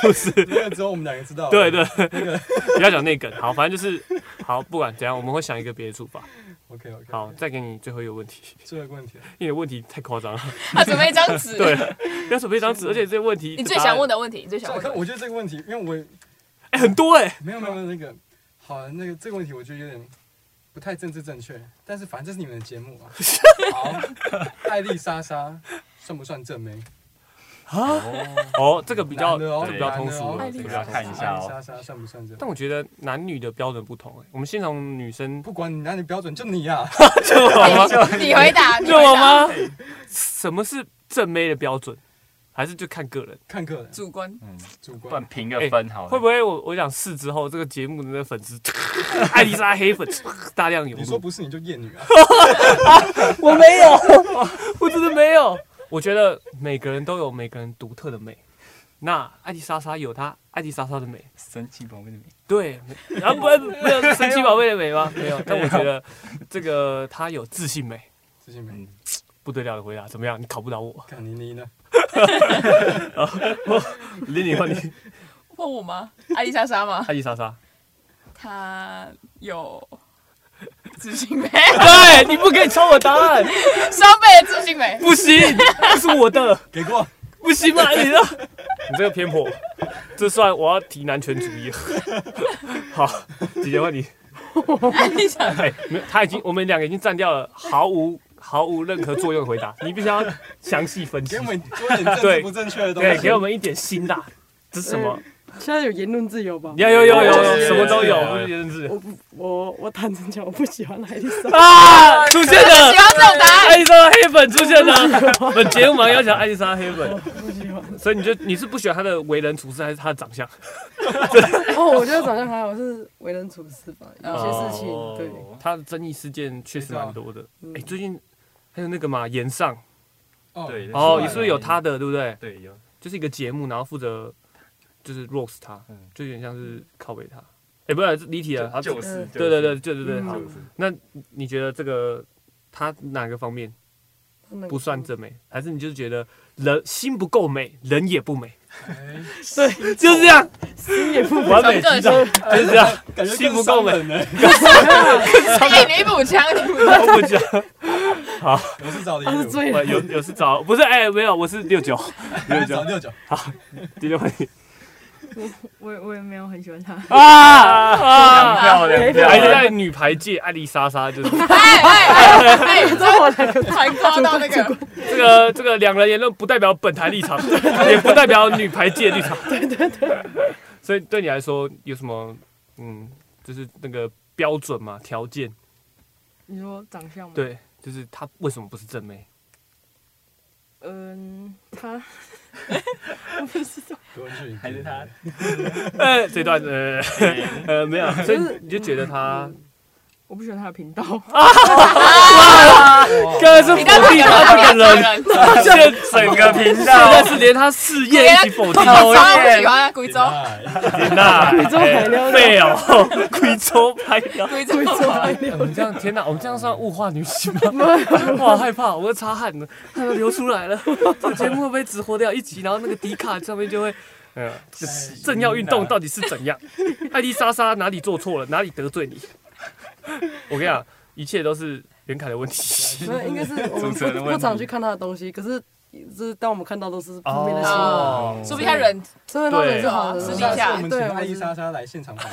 不是？这个只有我们两个知道。对对， <laughs> 不要讲内梗。好，反正就是好，不管怎样，我们会想一个别的处罚。 ，OK OK。好，，再给你最后一个问题，最后一个问题了，因为问题太夸张了。他准备一张纸，对，不要准备一张纸，而且这个问题你最想问的的问题，你最想问可的问我觉得这个问题，因为我也答案，哎，很多哎、没有没有没有那个，好啊，那个这个问题我觉得有点不太政治正确，但是反正这是你们的节目啊。好，艾丽莎莎算不算正妹？哦，这个比较男的哦这个比较通俗了，男的哦这个比要较看一下哦莎莎算不算这？但我觉得男女的标准不同、欸，我们先从女 <laughs> 生不管你哪里标准，就你呀、啊。就好吗？你回答，你就 <laughs> 回好答。吗？什么是正妹的标准？还是就看个人？哎看个人主观，嗯，主不然观。评个分好了。会不会我我讲试之后，这个节目的那个粉丝，艾丽莎黑粉大量涌你说入？不是你就 <laughs> 厌女啊？我没有，我真的没有。我觉得每个人都有每个人独特的美。那艾丽莎莎有她艾丽莎莎的美，神奇宝贝的名字对，然后不没有神奇宝贝的美吗？ <laughs> 没有，但我觉得这个她有自信美，最近没嗯。不得了的回答，怎么样？你考不倒我，看你你呢？林你 <laughs> 换你，问我吗？艾丽莎莎吗？艾丽莎莎，他有自信没？对，你不可以抄我答案，双倍的自信美，不行，这是我 <laughs> 的，给过。不行吧你呢？你这个偏颇，这算我要提男权主义了。 <laughs> 好，姐姐问你，你 <laughs> 想哎，没有，他已经，我们两个已经占掉了毫无毫无任何作用的回答，你必须要详细分析给我，们多一点政治对不正确的东西。对，给我们一点辛辣，这是什么？现在有言论自由吧？有有有有有有，什么都有，有有不限制我不，我我坦诚讲，我不喜欢艾丽 <laughs> 莎。啊，出现了喜。欢这种答 <laughs> 案。艾丽莎的黑粉出现了，我们节目马上要讲艾丽莎的黑粉，不喜欢。所以你就你是不喜欢她的为人处事，还是她的长相？哦，我觉得长相还好，是为人处事吧，有些事情、哦对。他的争议事件确实蛮多的。哎、最近还有那个嘛，岩上哦对对哦，你是不是有他的，对不对？对有就是一个节目，然后负责就是 roast 他，嗯就有点像是靠背他。哎、不是离题了，好就对是嗯对对，对对对，嗯好。就是那你觉得这个他哪个方面那个不算正美，还是你就是觉得人心不够美，人也不美？哎对，就是这样，心也不完美之长，就是这样，感觉心更不够伤美，人呢。哎，你补枪，你 <laughs> 补枪。我不讲。我是找的他是一最我有啊有是找不是哎、没有，我是六九路，找六九。第六问题我我也没有很喜欢他，啊两啊！票两票，还是在女排界，艾丽莎莎就是哎哎哎，这我才夸到那个，这个这个两人言论不代表本台立场，也不代表女排界立场。 <laughs> 对对对。所以对你来说有什么嗯，就是那个标准嘛条件？你说长相吗？，对，就是她为什么不是正 <laughs> 妹？嗯，他 <laughs> 给我 <laughs> 去还是他，呃，这段呃呃没有，所以你就觉得她我不喜欢他的频道，刚才是否定她这个人，人，现在整整个频但道是连她事业一起否定。我超不喜欢贵 <laughs> 州，哎那贵州海料废哦， <laughs> 贵州海料。贵州贵州海料哎 <laughs> 我们这样，天哪，我们这样算物化女性 <laughs> 吗？我好害怕，我要擦汗了，汗都流出来了。 <laughs> 这个节目会不会直播掉一集？然后那个迪卡上面就会，嗯，正要运动到底是怎样？艾丽莎莎哪里做错了？哪里得罪你？我跟你讲，一切都是袁凯的问题。 <laughs> 没有，应该是我们主持人的不问题不常去看他的东西，可是就是当我们看到都是负面的新闻，哦说不定他人所以当然是好的。对私私底底下下我们请对，艾丽莎我莎来现场访问。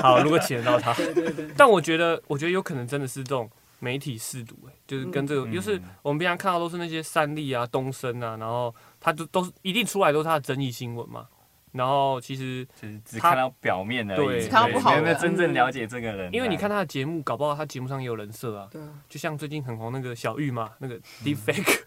好，如果请得到他，是对对对， <laughs> 但我觉得，我觉得有可能真的是这种媒体试读、欸，就是跟这个，嗯就是我们平常看到都是那些三立啊、东升啊，然后他都都是一定出来都是他的争议新闻嘛。然后其实，就是只看到表面而已，对只看到不好的没有没有真正了解这个人，因为你看他的节目，搞不好他节目上也有人设啊。对啊就像最近很红那个小玉嘛，那个 Deepfake，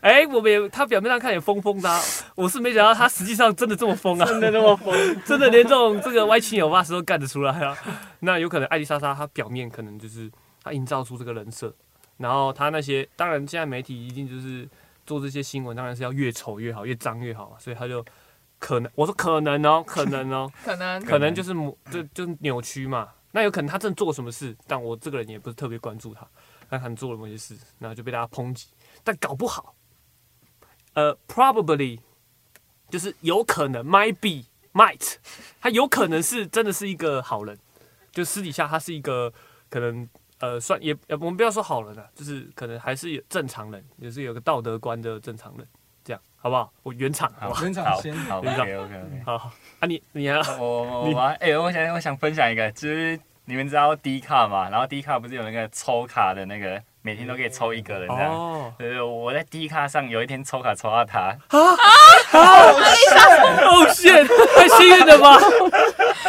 哎、 <laughs> 我们也他表面上看也疯疯的、啊，我是没想到他实际上真的这么疯啊，真的那么疯， <laughs> 真的连这种这个歪七扭八事都干得出来啊。 <laughs> 那有可能艾丽莎莎她表面可能就是她营造出这个人设，然后她那些当然现在媒体一定就是做这些新闻，当然是要越丑越好，越脏越好嘛，啊所以她就可能我说可能哦，可能哦，可能可能就是抹就就扭曲嘛。那有可能他真的做了什么事，但我这个人也不是特别关注他，那可能做了某些事，然后就被大家抨击。但搞不好，呃，probably 就是有可能，might be might，他有可能是真的是一个好人，就私底下他是一个可能呃算也呃我们不要说好人啊，就是可能还是有正常人，也是有个道德观的正常人，这样好不好？我圆场好不好？全好场先好 OK OK OK。好啊你你还要我我你我哎、我想我想分享一个，就是你们知道 D 卡嘛？然后 D 卡不是有那个抽卡的那个，每天都可以抽一个人这样。哦，对对，我在 D 卡上有一天抽卡抽到他，哦 shit，太幸运了吧？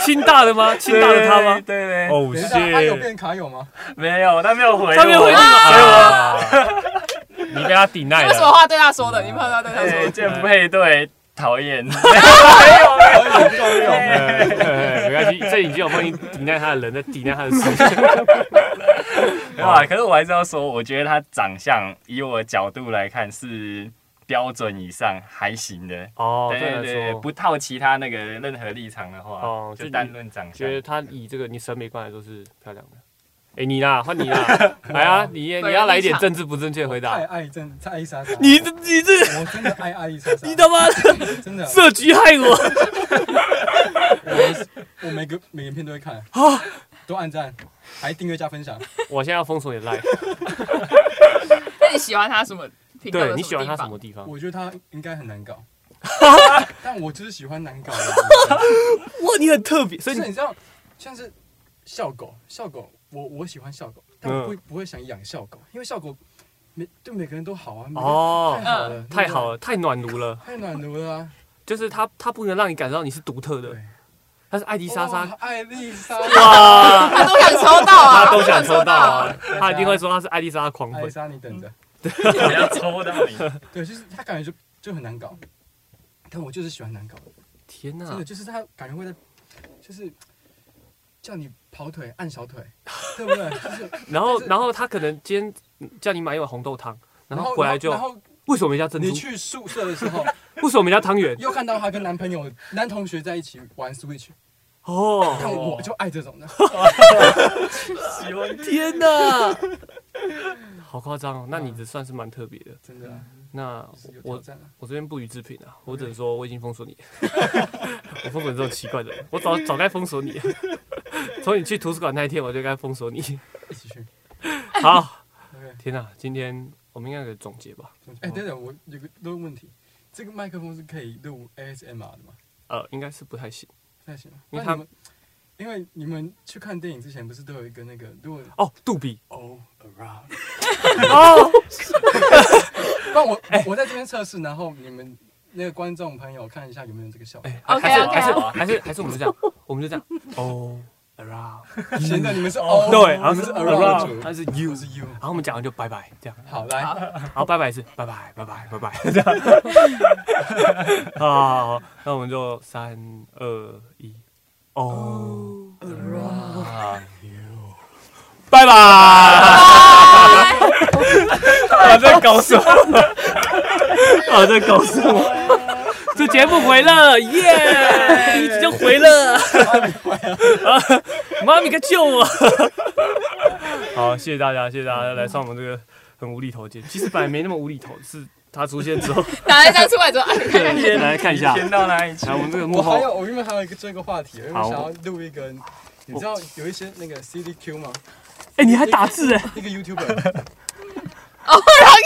清大的吗？清大的他吗？对对对，哦等一下，他有 shit，变卡友吗？没有，他没有回，他没有回你，所以我啊你被他抵赖你有什么了。话对他说的？你没有什么话 <laughs> 对他说对，的？这不哎配对，<laughs> 讨厌。哎没关系，这已经有帮你抵赖他的人在抵赖他的事情。没有啊，可是我还是要说，我觉得他长相以我的角度来看是标准以上还行的。 <laughs> 哦，对对对来对，说，不套其他那个任何立场的话，哦就就你单论长相觉。得他以这个你审美观来说是漂亮的。哎，你啦，换你 <laughs> 啦，来啊，你也你要来一点政治不正确的回答太。爱真太爱莎莎，你这你这我真的爱爱莎莎，你他妈的 <laughs> 真的，啊设局害我！我我每个每个片都会看，啊都按赞，还订阅加分享，我现在要封锁你赖。那你喜欢他什么频道的对你喜欢他地什方么？地方？我觉得他应该很 <laughs> 难搞，但我就是喜欢难搞的，哇，你很特别， <laughs> 所就以是你你知道，像是笑狗，笑狗，我我喜欢笑狗，但嗯我不不会想养笑狗，因为笑狗每对每个人都好啊，每个哦太好了，太好了，了，太暖炉了，太暖炉了啊，就是他他不能让你感受到你是独特的对，他是艾迪莎莎哇，爱丽莎，哇，他都想抽到 <laughs> 啊，他都想抽到 <laughs> 啊，啊他一定会说他是艾迪莎莎狂艾粉丽，莎你等着。 <laughs> 我要抽到你，对，就是他感觉就就很难搞，但我就是喜欢难搞，天真哪的，就是他感觉会在，就是叫你跑腿按小 <laughs> 腿，对不对？就是然后但是然后他可能今天叫你买一碗红豆汤，然后回来就然后然后为什么没加珍珠你？去宿舍的 <laughs> 时候，为什么没加汤 <laughs> 圆？又看到她跟男朋友、男同学在一起玩 Switch，哦，但我就爱这 <laughs> 种的，喜欢天哪，好夸张哦！那你这算是蛮特别的。真的啊那就是有挑我战了。我这边不予置评啊，我只能说我已经封锁你， <laughs> 我封锁你这种奇怪的人，我早早该封锁你， <laughs> 从你去图书馆那一天我就该封锁你。一起去。好， OK，天哪，今天我们应该有个总结吧？哎，等等，我有个有个问题，这个麦克风是可以录 ASMR 的吗？呃，应该是不太行不太行吗。因那为你他们，因为你们去看电影之前不是都有一个那个，如果哦。杜比 all around。哦， <laughs> 那我哎我在这边测试，然后你们那个观众朋友看一下有没有这个效果。 <laughs> 哎，还 OK，是 OK 还是还是还是我们就这样，我们就这样哦 around，显得你们是哦 all，对，好像我们是是 around， around，它组是 you，我是 you。然后我们讲完就拜拜这样。好，来，好，拜拜是拜拜拜拜拜拜，这样。 <laughs> 好好好，那我们就三二一，哦，拜拜。我在搞什么？我在搞什么？这节目回了，耶！第一集就回了，妈咪快救我！ <laughs> 好，谢谢大家，谢谢大家来上我们这个很无厘头的节目。其实本来没那么无厘头，是他出现 <laughs> 之后，拿一张出来之后，哎，看看对，来 <laughs> 看一下，天到哪里去来？我们这个幕我还后有我原本还有一个这个话题，因为我好想要录一个，你知道有一些那个 CDQ 吗？哎、你还打字哎、一 <laughs> 个 YouTuber，哦，然后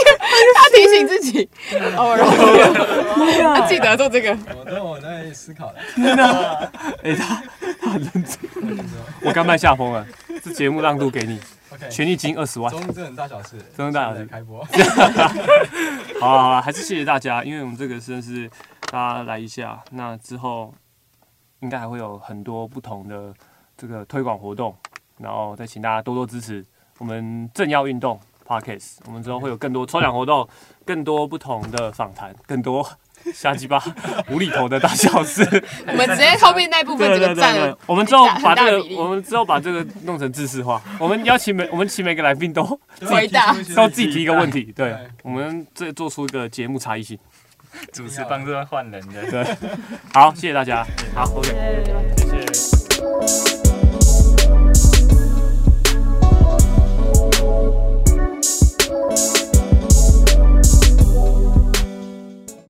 他提醒 <laughs> 自己，哦，然后 <laughs> 他记得做这个，我等我在思考了。哎、他他很认真，我甘拜下风了。这节目让渡给你， OK，权力金二十万。中正大小事，中正大小事现在开 <laughs> 播。好啊了好了，还是谢谢大家，因为我们这个真的是大家来一下，那之后应该还会有很多不同的这个推广活动，然后再请大家多多支持我们正要运动 Podcast，我们之后会有更多抽奖活动，更多不同的访谈，更多瞎鸡巴无厘头的大小事。我们直接后面那 <laughs> 部分对整对个对占对了，，我们之后把这很大的个比，例我们之后把这个弄成知识化。 <laughs> 我们邀请每，我们请每个来宾都回答都自己提一个问题，对对，我们这做出一个节目差异性。主持帮助换人的。好，谢谢大家，好，我谢谢。